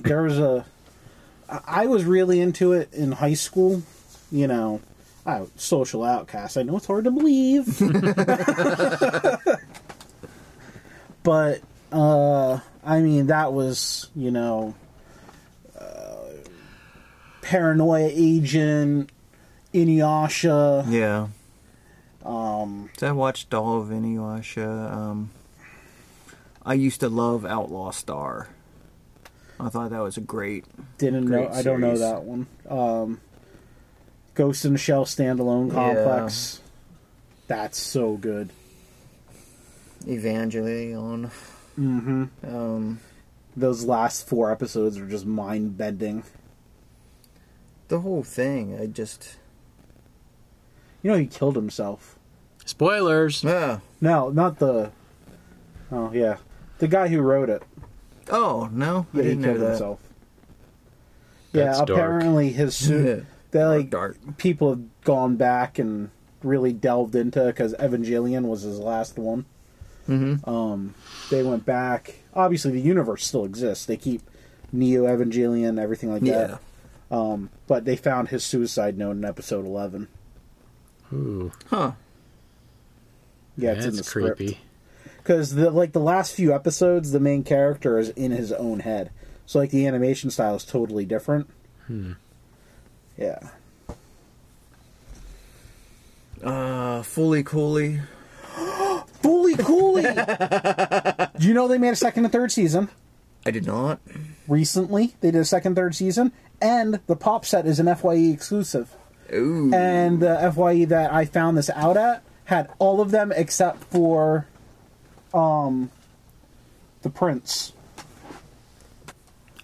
S6: there was a I- I was really into it in high school, you know. I was social outcast. I know it's hard to
S7: *laughs*
S6: believe. but uh I mean that was, you know, uh, paranoia agent Inuyasha.
S7: Yeah. Um, so I watched all of Inuyasha. Um, I used to love Outlaw Star. I thought that was a great.
S6: Didn't know
S7: Great
S6: I don't know
S7: series.
S6: that one. Um Ghost in the Shell standalone
S7: Yeah.
S6: complex. That's so good.
S7: Evangelion. Um,
S6: those last four episodes are just mind bending.
S7: The whole thing, I just.
S6: You know, he killed himself.
S1: spoilers.
S7: Yeah.
S6: No, not the. Oh yeah, the guy who wrote it.
S7: Oh, no. I
S6: Yeah, he
S7: didn't know
S6: killed
S7: that.
S6: himself.
S1: That's
S6: yeah,
S1: dark.
S6: apparently his
S7: *laughs* Yeah. *laughs*
S6: suit. they like
S7: Dark,
S6: people have gone back and really delved into because Evangelion was his last one.
S7: Mhm.
S6: Um, they went back. Obviously, the universe still exists. They keep Neo Evangelion, everything like
S7: Yeah.
S6: that. Um, but they found his suicide note in episode eleven.
S1: Ooh,
S7: Huh.
S6: Yeah, it's in
S1: that's
S6: the script.
S1: creepy.
S6: because the like the last few episodes the main character is in his own head so like the animation style is totally different
S7: Hmm.
S6: yeah
S7: Uh, Fully Cooley.
S6: fully
S7: *laughs*
S6: coolly you know they made a second and third season
S7: I did not.
S6: recently they did a second third season and the pop set is an fye exclusive
S7: Ooh.
S6: and the fye that i found this out at had all of them except for um the prince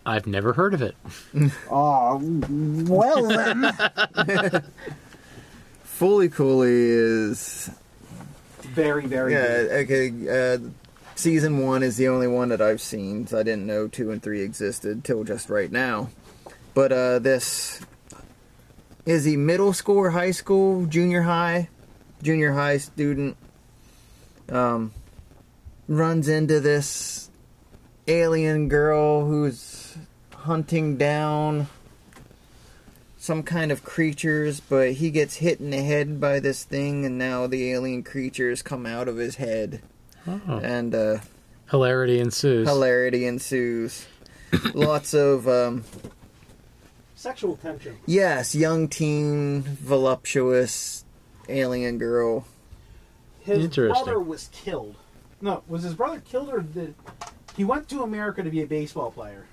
S1: I've never heard of it.
S6: Ah, well then
S7: Fully Cooley is
S6: very very good.
S7: Yeah, okay. Uh, season one is the only one that I've seen. So I didn't know two and three existed till just right now. But uh, this is he middle school, or high school, junior high, junior high student. Um, runs into this alien girl who's hunting down some kind of creatures, but he gets hit in the head by this thing, and now the alien creatures come out of his head,
S1: Oh.
S7: and uh,
S1: Hilarity ensues.
S7: hilarity ensues. Lots of um,
S6: sexual tension
S7: yes, young teen, voluptuous alien girl.
S6: His
S1: Interesting.
S6: brother was killed. No, was his brother killed or did he went to America to be a baseball player?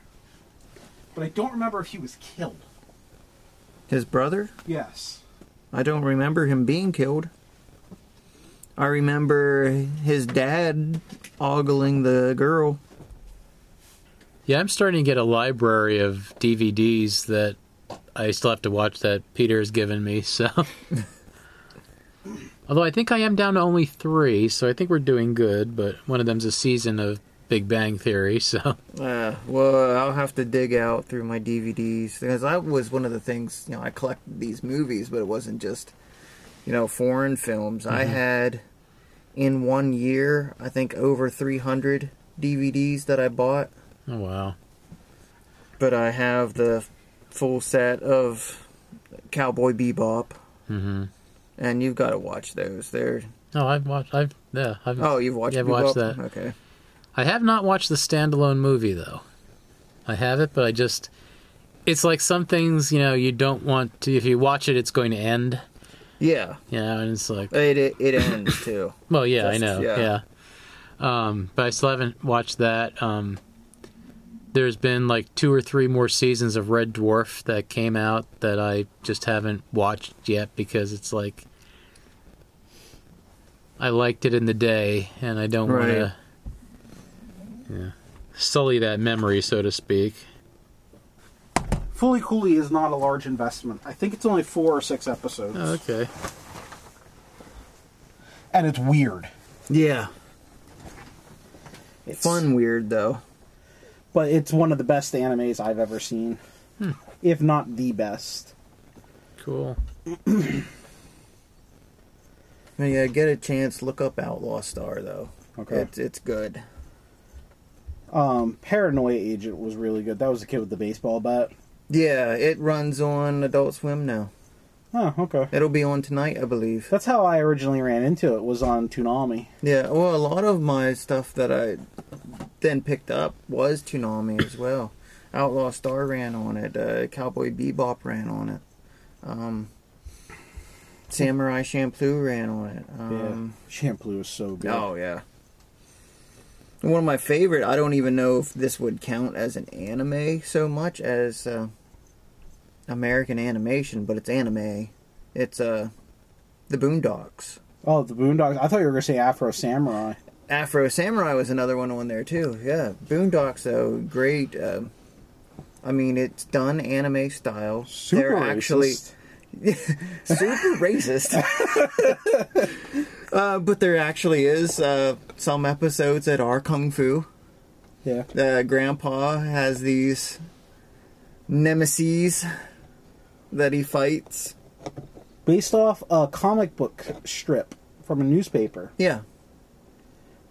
S6: But I don't remember if he was killed.
S7: His brother?
S6: Yes.
S7: I don't remember him being killed. I remember his dad ogling the girl.
S1: Yeah, I'm starting to get a library of DVDs that I still have to watch that Peter has given me. So, *laughs* although I think I am down to only three, so I think we're doing good. But one of them's a season of Big Bang Theory, *laughs* so
S7: Uh, well, I'll have to dig out through my DVDs because that was one of the things you know I collected these movies, but it wasn't just you know foreign films. I
S1: Mm-hmm.
S7: had in one year I think over 300 DVDs that I bought,
S1: oh wow,
S7: but I have the full set of Cowboy Bebop,
S1: hmm
S7: and you've got to watch those. They're
S1: oh I've watched I've yeah I've
S7: oh you've watched
S1: Yeah, I've watched
S7: Bebop?
S1: that.
S7: Okay,
S1: I have not watched the standalone movie though. I have it, but I just it's like some things you know you don't want to if you watch it it's going to end
S7: yeah,
S1: you know and it's like
S7: it it, it ends
S1: *laughs*
S7: too.
S1: Well, yeah,
S7: Just-
S1: I know.
S7: yeah.
S1: Yeah. Um, but I still haven't watched that. Um, there's been like two or three more seasons of Red Dwarf that came out that I just haven't watched yet because it's like I liked it in the day and I don't want
S7: Right.
S1: to yeah, sully that memory, so to speak.
S9: Fully Cooley is not a large investment. I think it's only four or six episodes.
S1: Oh, okay.
S9: and it's weird.
S7: Yeah, fun weird though.
S6: but it's one of the best animes I've ever seen, if not the best.
S1: Cool.
S7: Now, Yeah, get a chance, look up Outlaw Star though.
S6: Okay.
S7: It's it's good.
S6: Um, Paranoia Agent was really good. That was the kid with the baseball bat.
S7: Yeah, it runs on Adult Swim now.
S6: Oh, okay.
S7: It'll be on tonight, I believe.
S6: That's how I originally ran into it. Was on Toonami.
S7: Yeah, well, a lot of my stuff that I then picked up was Toonami
S6: *coughs*
S7: as well. Outlaw Star ran on it. Uh, Cowboy Bebop ran on it. Um, Samurai Champloo ran on it. Um,
S6: yeah, Shampoo is so good.
S7: Oh yeah. One of my favorite. I don't even know if this would count as an anime so much as uh, American animation, but it's anime. It's uh, the Boondocks.
S6: Oh, the Boondocks. I thought you were gonna say Afro Samurai.
S7: Afro Samurai was another one on there too. Yeah, Boondocks though, great. Um, I mean, it's done anime style.
S6: Super
S7: They're actually
S6: racist.
S7: *laughs* super racist.
S6: *laughs*
S7: uh, but there actually is uh, some episodes that are kung fu.
S6: Yeah.
S7: the grandpa has these nemesis that he fights.
S6: Based off a comic book strip from a newspaper,
S7: Yeah.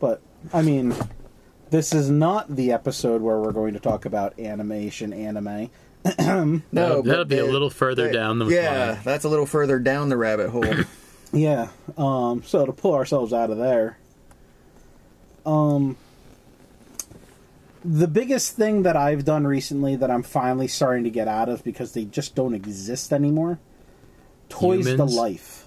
S6: but I mean, this is not the episode where we're going to talk about animation anime.
S1: That'll-
S7: Oh, but
S1: that'll be a
S7: they-
S1: little further
S7: they-
S1: down the
S7: Yeah,
S1: line.
S7: that's a little further down the
S1: *coughs*
S7: rabbit hole.
S6: Yeah. Um, so to pull ourselves out of there, um, the biggest thing that I've done recently that I'm finally starting to get out of because they just don't exist anymore. Toys to
S1: Humans?
S6: life.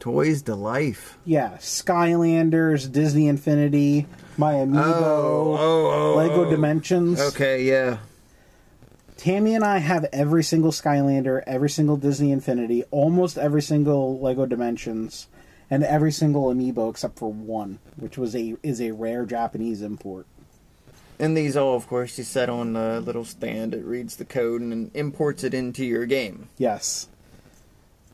S7: Toys to life.
S6: Yeah, Skylanders, Disney Infinity, My Amiibo,
S7: Oh, oh, oh,
S6: Lego
S7: oh.
S6: Dimensions.
S7: Okay, yeah.
S6: Tammy and I have every single Skylander, every single Disney Infinity, almost every single Lego Dimensions, and every single Amiibo except for one, which was a is a rare Japanese import.
S7: And these all, of course, you set on a little stand. It reads the code and then imports it into your game.
S6: Yes.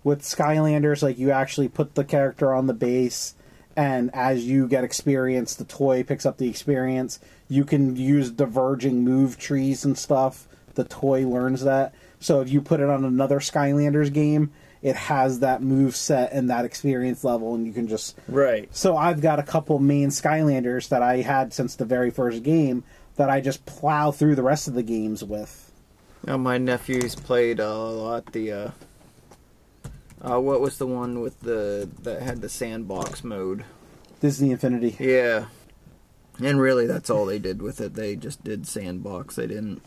S6: With Skylanders, like you actually put the character on the base, and as you get experience, the toy picks up the experience. You can use diverging move trees and stuff. The toy learns that. So if you put it on another Skylanders game, it has that move set and that experience level, and you can just
S7: Right.
S6: so I've got a couple main Skylanders that I had since the very first game that I just plow through the rest of the games with.
S7: Now, my nephews played a lot the. Uh, uh, what was the one with the that had the sandbox mode?
S6: Disney Infinity.
S7: Yeah. And really, that's all they did with it. They just did sandbox. They didn't.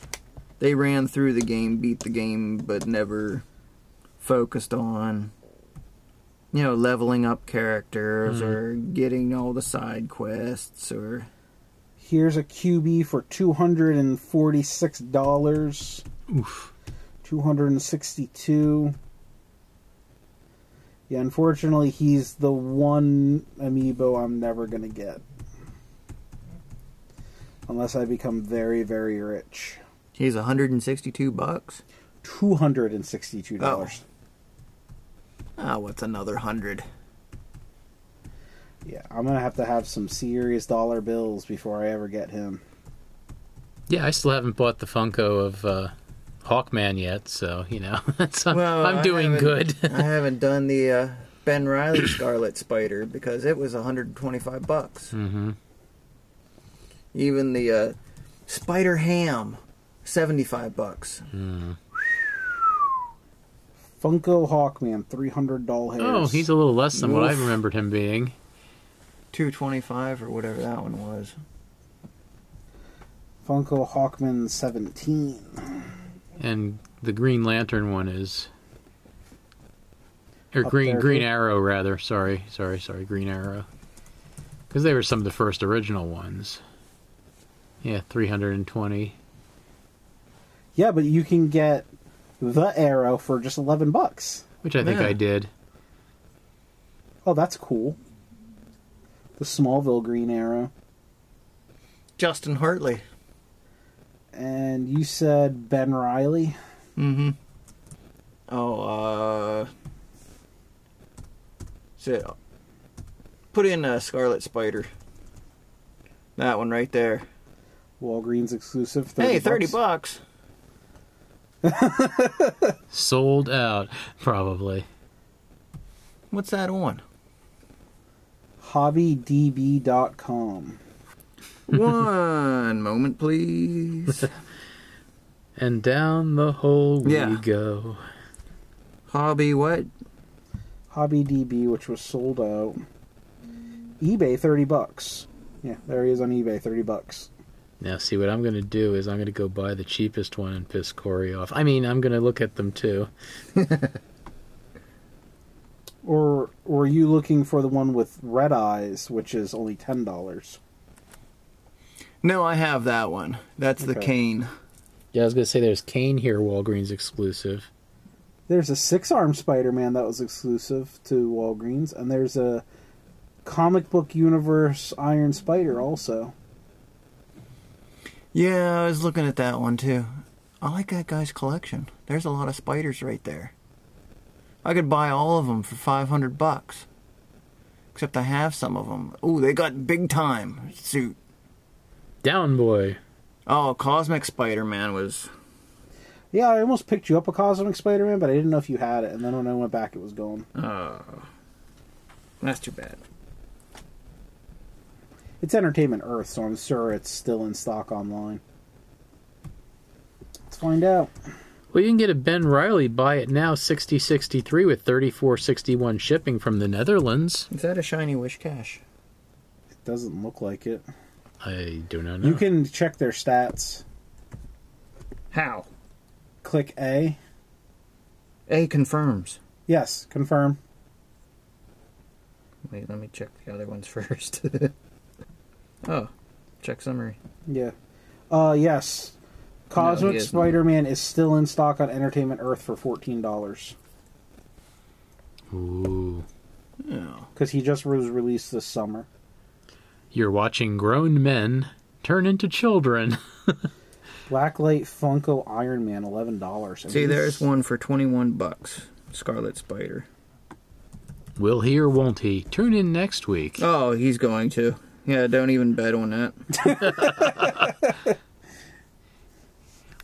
S7: They ran through the game, beat the game, but never focused on, you know, leveling up characters
S1: Mm-hmm.
S7: or getting all the side quests or.
S6: Here's a QB for two hundred and forty-six dollars. Oof. Two hundred and sixty-two. Yeah, unfortunately, he's the one amiibo I'm never going to get. Unless I become very, very rich.
S7: He's 162 bucks.
S6: $262.
S7: Oh, what's another hundred?
S6: Yeah, I'm going to have to have some serious dollar bills before I ever get him.
S1: Yeah, I still haven't bought the Funko of uh, Hawkman yet, so you know, *laughs* that's, *laughs* I'm
S7: I
S1: doing
S7: haven't-
S1: good.
S7: *laughs*
S1: *laughs*
S7: I haven't done the uh, Ben Riley Scarlet Spider because it was 125 bucks. Mm-hmm. Even the uh, Spider Ham, 75 bucks.
S6: Funko Hawkman, $300 hairs.
S1: oh, he's a little less than what I
S7: Oof.
S1: remembered him being.
S7: 225 or whatever that one was.
S6: Funko Hawkman 17.
S1: And the Green Lantern one is, or
S6: Up
S1: Green
S6: there,
S1: Green
S6: too.
S1: Arrow rather. Sorry, sorry, sorry, Green Arrow, because they were some of the first original ones. Yeah, 320.
S6: Yeah, but you can get the arrow for just 11 bucks.
S1: Which I think
S7: Yeah.
S1: I did.
S6: Oh, that's cool. The Smallville green arrow.
S7: Justin Hartley.
S6: And you said Ben Riley.
S7: Mm-hmm. Oh, uh. So, put in uh, Scarlet Spider. That one right there.
S6: Walgreens exclusive. 30
S7: Hey, 30 bucks.
S1: Sold out, *laughs* probably.
S7: What's that on?
S6: HobbyDB.com.
S7: One *laughs* moment, *laughs* please.
S1: And down the hole we
S7: Yeah.
S1: go.
S7: Hobby what?
S6: HobbyDB, which was sold out. eBay, 30 bucks. Yeah, there he is on eBay, 30 bucks.
S1: Now, see, what I'm going to do is I'm going to go buy the cheapest one and piss Corey off. I mean, I'm going to look at them too.
S6: Or were you looking for the one with red eyes, which is only $10?
S7: No, I have that one. That's the
S6: Okay.
S7: cane.
S1: Yeah, I was going to say there's Kane here, Walgreens exclusive.
S6: There's a six armed Spider Man that was exclusive to Walgreens, and there's a comic book universe Iron Spider also.
S7: Yeah, I was looking at that one too. I like that guy's collection. There's a lot of spiders right there. I could buy all of them for 500 bucks. Except I have some of them. Ooh, they got big time suit.
S1: Down Boy.
S7: Oh, Cosmic Spider-Man was
S6: Yeah, I almost picked you up a Cosmic Spider Man, but I didn't know if you had it, and then when I went back, it was gone.
S7: that's too bad.
S6: It's Entertainment Earth, so I'm sure it's still in stock online. Let's find out.
S1: Well, you can get a Ben Riley buy it now, 6063 with 3461 shipping from the Netherlands.
S7: Is that a shiny wish cash?
S6: It doesn't look like it.
S1: I do not know.
S6: You can check their stats.
S7: How?
S6: Click A.
S7: A confirms.
S6: Yes, confirm.
S7: Wait, let me check the other ones *laughs* first. oh, check summary.
S6: Yeah. Uh, yes. Cosmic
S7: he is not.
S6: Spider Man is still in stock on Entertainment Earth for $14
S1: Ooh.
S7: Oh.
S6: because he just was released this summer.
S1: You're watching grown men turn into children. *laughs*
S6: Blacklight Funko Iron Man, $11. And
S7: See,
S6: these-
S7: there's one for 21 bucks. Scarlet Spider.
S1: Will he or won't he? Tune in next week.
S7: Oh, he's going to. Yeah, don't even bet on that.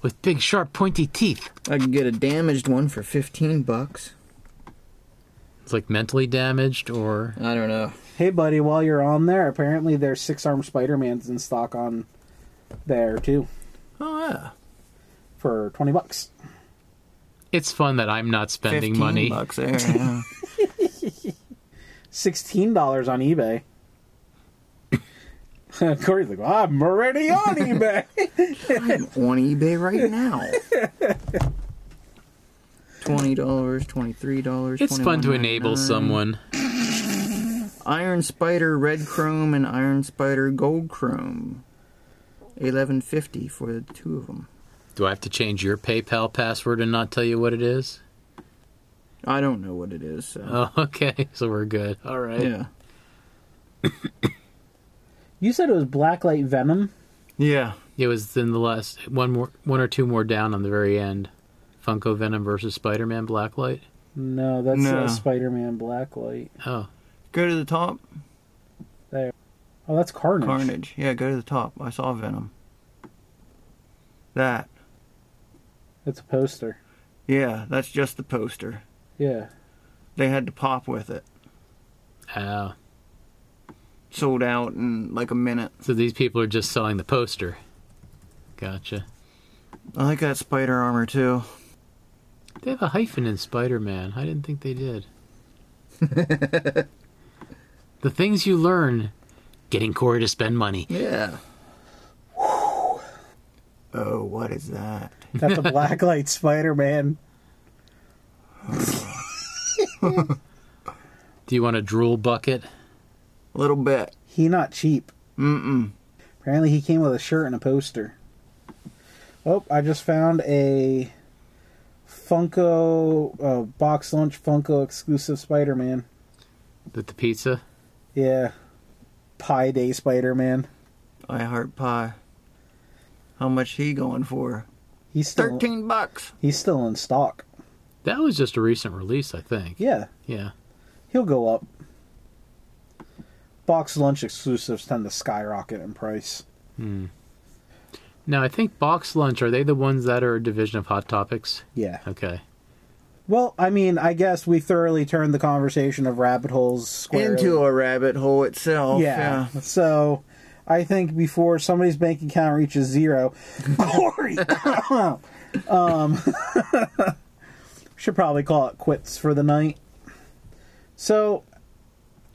S1: with big, sharp, pointy teeth.
S7: I can get a damaged one for 15 bucks.
S1: It's like mentally damaged, or
S7: I don't know.
S6: Hey, buddy, while you're on there, apparently there's six armed Spider Man's in stock on there too
S7: Oh, yeah.
S6: for 20 bucks.
S1: it's fun that I'm not spending
S7: 15
S1: money.
S7: bucks there. *laughs* Yeah.
S6: $16 on eBay. *laughs* Corey's like, "Well, Ah, I'm already
S7: *laughs*
S6: on eBay.
S7: on eBay right *laughs* now. $20, $23.
S1: It's fun to enable
S7: $21.99.
S1: someone.
S7: Iron Spider Red Chrome and Iron Spider Gold Chrome. 1150 for the two of them.
S1: Do I have to change your PayPal password and not tell you what it is?
S7: I don't know what it is. So.
S1: *laughs* Oh, okay. *laughs* So we're good. All right.
S7: yeah.
S6: You said it was Blacklight Venom.
S7: Yeah.
S1: It was in the last one more, one or two more down on the very end. Funko Venom versus Spider-Man Blacklight.
S6: No, that's
S7: No.
S6: uh, Spider-Man Blacklight.
S1: Oh,
S7: Go to the top.
S6: Oh, that's Carnage.
S7: Carnage. Yeah, go to the top. I saw Venom. That.
S6: That's a poster.
S7: Yeah, that's just the poster. *laughs*
S6: Yeah.
S7: They had to pop with it.
S1: oh.
S7: Sold out in like a minute.
S1: So these people are just selling the poster. Gotcha.
S7: I like that spider armor too.
S1: They have a hyphen in Spider-Man. I didn't think they did. the things you learn. Getting Corey to spend money.
S7: Yeah. Oh, what is that?
S6: That's a Blacklight Spider-Man.
S1: Do you want a drool bucket?
S7: A little bit.
S6: He not cheap.
S7: Mm-mm.
S6: Apparently, he came with a shirt and a poster. Oh, I just found a Funko uh, box lunch Funko exclusive Spider-Man.
S1: With the pizza?
S6: Yeah, Pie Day Spider-Man.
S7: I heart pie. How much he going for?
S6: He's still
S7: Thirteen bucks.
S6: he's still in stock.
S1: That was just a recent release, I think.
S6: Yeah,
S1: Yeah.
S6: he'll go up. Box lunch exclusives tend to skyrocket in price.
S1: Now I think Box Lunch are they the ones that are a division of Hot Topics?
S6: Yeah.
S1: Okay.
S6: Well, I mean, I guess we thoroughly turned the conversation of rabbit holes squarely.
S7: Into a rabbit hole itself.
S6: yeah. So I think before somebody's bank account reaches
S7: *laughs*
S6: zero, Corey, um, *laughs* should probably call it quits for the night. So,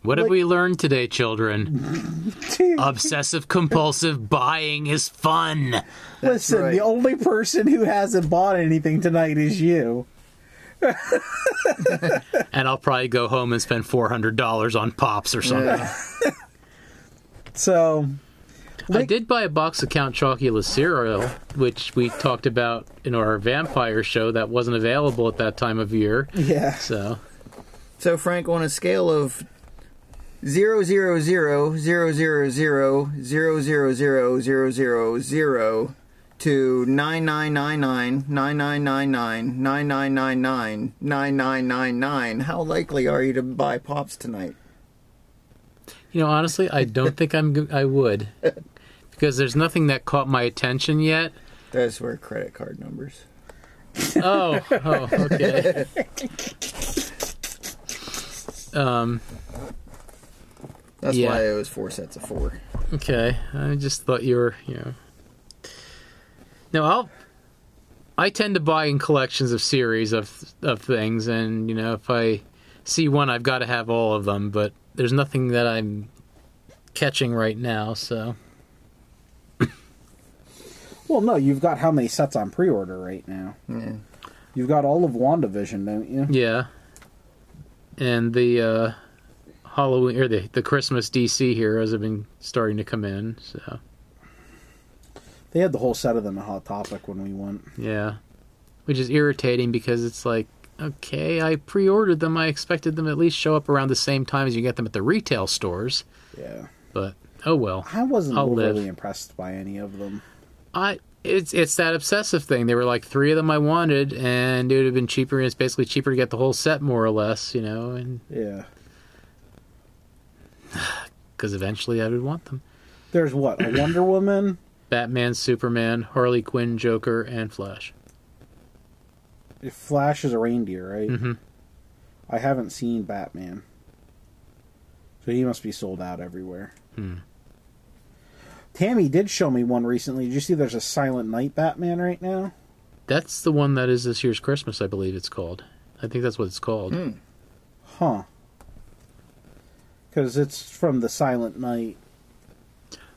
S1: What have
S6: Like-
S1: we learned today, children?
S6: *laughs*
S1: Obsessive compulsive buying is fun.
S6: listen,
S7: right.
S6: the only person who hasn't bought anything tonight is you.
S1: And I'll probably go home and spend four hundred dollars on pops *laughs* or something.
S6: So,
S1: I did buy a box of Count Chocula cereal, which we talked about in our vampire show that wasn't available at that time of year.
S6: yeah.
S1: So
S7: So Frank, on a scale of zero zero zero zero zero zero zero zero zero zero zero zero to nine nine nine nine nine nine nine nine nine nine nine nine nine nine nine nine, how likely are you to buy pops tonight?
S1: you know, honestly, I don't think I'm g- I would because there's nothing that caught my attention yet.
S7: Those were credit card numbers.
S1: Oh, oh, okay. Um,
S7: That's
S1: Yeah.
S7: why it was four sets of four.
S1: okay. I just thought you were, you know. No, I'll. I tend to buy in collections of series of of things, and you know, if I see one, I've got to have all of them. But there's nothing that I'm catching right now, so
S6: Well, no, you've got how many sets on pre-order right now?
S7: Yeah.
S6: You've got all of WandaVision, don't you?
S1: yeah. And the uh, Halloween or the the Christmas DC heroes have been starting to come in, so.
S6: They had the whole set of them at Hot Topic when we went.
S1: Yeah. Which is irritating because it's like, okay, I pre ordered them. I expected them to at least show up around the same time as you get them at the retail stores.
S6: Yeah.
S1: But oh well.
S6: I wasn't
S1: I'll
S6: overly
S1: live.
S6: impressed by any of them.
S1: I it's it's that obsessive thing. There were like three of them I wanted and it would have been cheaper and it's basically cheaper to get the whole set more or less, you know, and
S6: Yeah.
S1: because eventually I would want them.
S6: There's what? A Wonder Woman?
S1: Batman, Superman, Harley Quinn, Joker, and Flash.
S6: Flash is a reindeer, right?
S1: Mhm.
S6: I haven't seen Batman. So he must be sold out everywhere.
S1: Hmm.
S6: Tammy did show me one recently. Did you see there's a Silent Night Batman right now?
S1: That's the one that is this year's Christmas, I believe it's called. I think that's what it's called.
S7: Hmm.
S6: Huh. Because it's from the Silent Night.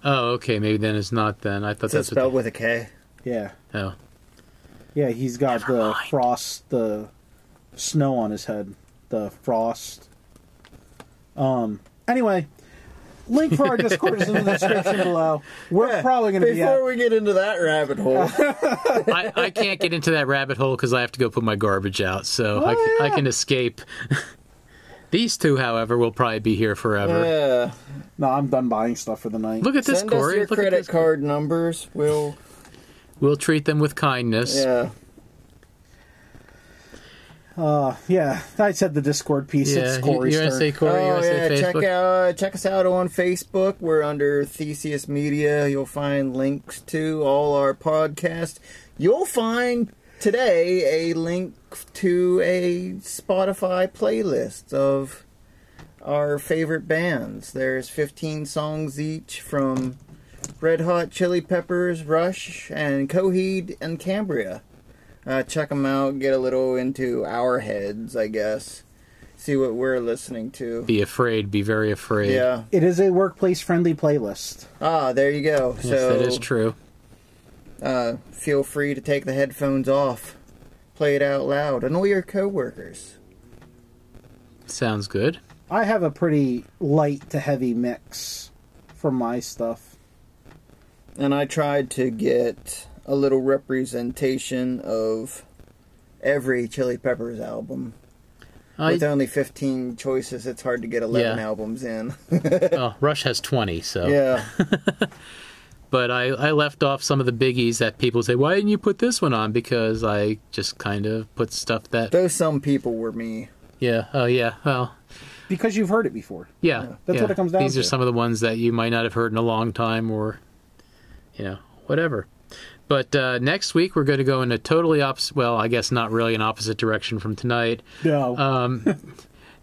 S1: Oh, okay. Maybe then it's not. Then I thought
S7: It's
S1: that's what
S7: spelled with a K.
S6: Yeah.
S1: they- oh,
S6: Yeah, he's got the frost, the snow on his head, the frost. Um. Anyway, Link for our Discord is in
S1: *laughs*
S6: the description below. We're probably going to be
S7: Before
S6: at.
S7: we get into that
S1: *laughs*
S7: rabbit hole,
S1: I, I can't get into that rabbit hole because I have to go put my garbage out, so
S7: Oh,
S1: I, c- I can escape. *laughs* These two, however, will probably be here forever.
S7: yeah.
S6: No, I'm done buying stuff for the night.
S1: Look at this,
S7: send us
S1: Corey.
S7: your
S1: Look at
S7: credit
S1: this.
S7: card numbers. We'll
S1: We'll treat them with kindness.
S7: yeah.
S6: Yeah, I said the Discord piece.
S1: Yeah,
S6: it's
S1: you,
S6: Corey's
S1: you're gonna
S6: turn.
S1: say Corey. you're
S7: oh
S1: gonna
S7: yeah,
S1: say
S7: check
S1: Facebook.
S7: out uh, check us out on Facebook. We're under Theseus Media. You'll find links to all our podcasts. You'll find today a link to a Spotify playlist of our favorite bands. There's 15 songs each from Red Hot Chili Peppers, Rush, and Coheed and Cambria. Uh, check them out. Get a little into our heads, I guess. See what we're listening to.
S1: Be afraid. Be very afraid.
S7: Yeah.
S6: It is a workplace friendly playlist.
S7: Ah, there you go.
S1: Yes,
S7: so
S1: that is true.
S7: Uh, feel free to take the headphones off, play it out loud, annoy your coworkers.
S1: Sounds good.
S6: I have a pretty light to heavy mix for my stuff.
S7: And I tried to get a little representation of every Chili Peppers album.
S1: I,
S7: With only 15 choices, it's hard to get 11
S1: Yeah. Oh.
S7: albums in.
S1: well, Rush has 20, so.
S7: *laughs* yeah.
S1: But I, I left off some of the biggies that people say, why didn't you put this one on? Because I just kind of put stuff that.
S7: Though some people were me.
S1: Yeah. Oh, yeah. Well,
S6: Because you've heard it before.
S1: Yeah,
S6: That's
S1: yeah.
S6: what it comes down
S1: These are
S6: to.
S1: some of the ones that you might not have heard in a long time, or you know, whatever. But uh, next week we're going to go in a totally opposite. Well, I guess not really an opposite direction from tonight.
S6: No.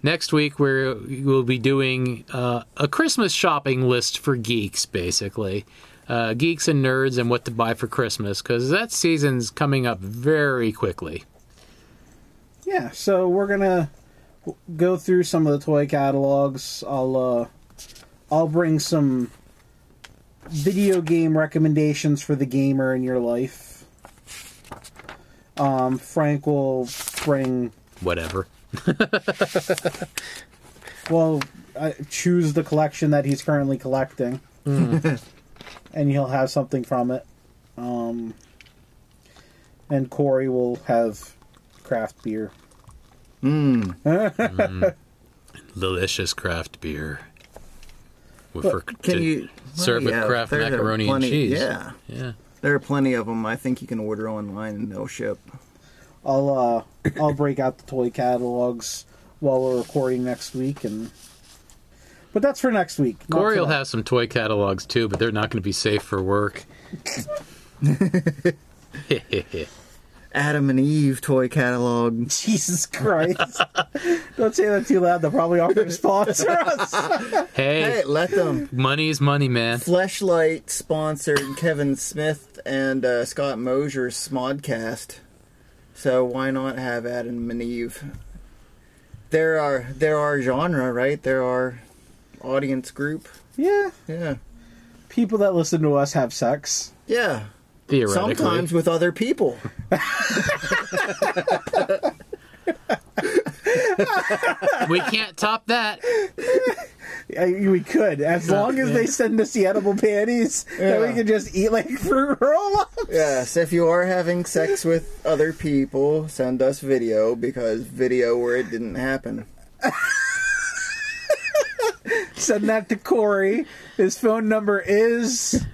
S1: Next week we're we'll be doing uh, a Christmas shopping list for geeks, basically. Uh, geeks and nerds and what to buy for Christmas because that season's coming up very quickly.
S6: yeah, so we're going to go through some of the toy catalogs. I'll uh I'll bring some video game recommendations for the gamer in your life. Um Frank will bring
S1: Whatever.
S6: Well, I choose the collection that he's currently collecting, *laughs* and he'll have something from it. Um, and Corey will have craft beer.
S1: Delicious craft beer. With for-
S7: Can
S1: to
S7: you
S1: serve
S7: yeah,
S1: with Kraft
S7: there are
S1: macaroni and
S7: plenty-
S1: cheese?
S7: Yeah.
S1: Yeah.
S7: There are plenty of them. I think you can order online and they'll ship.
S6: I'll uh, I'll break out the toy catalogs while we're recording next week, and but that's for next week. not
S1: Corey will
S6: today.
S1: have some toy catalogs too, but they're not going to be safe for work. *laughs*
S7: Adam and Eve toy catalog.
S6: *laughs* Jesus Christ! *laughs* Don't say that too loud. They'll probably offer to sponsor us. *laughs*
S1: hey,
S7: Hey, let them.
S1: money's money, man.
S7: Fleshlight sponsored Kevin Smith and uh, Scott Mosier's Smodcast. So why not have Adam and Eve? There are there are genre, right? There are audience group.
S6: yeah,
S7: Yeah.
S6: people that listen to us have sex.
S7: Yeah.
S1: Theoretically,
S7: Sometimes with other people.
S1: we can't top that.
S6: I, we could, as long as they send us the edible panties that we
S7: Yeah.
S6: can just eat like *laughs* fruit roll ups.
S7: Yes, if you are having sex with other people, send us video because video where it didn't happen.
S6: Send that to Corey. His phone number is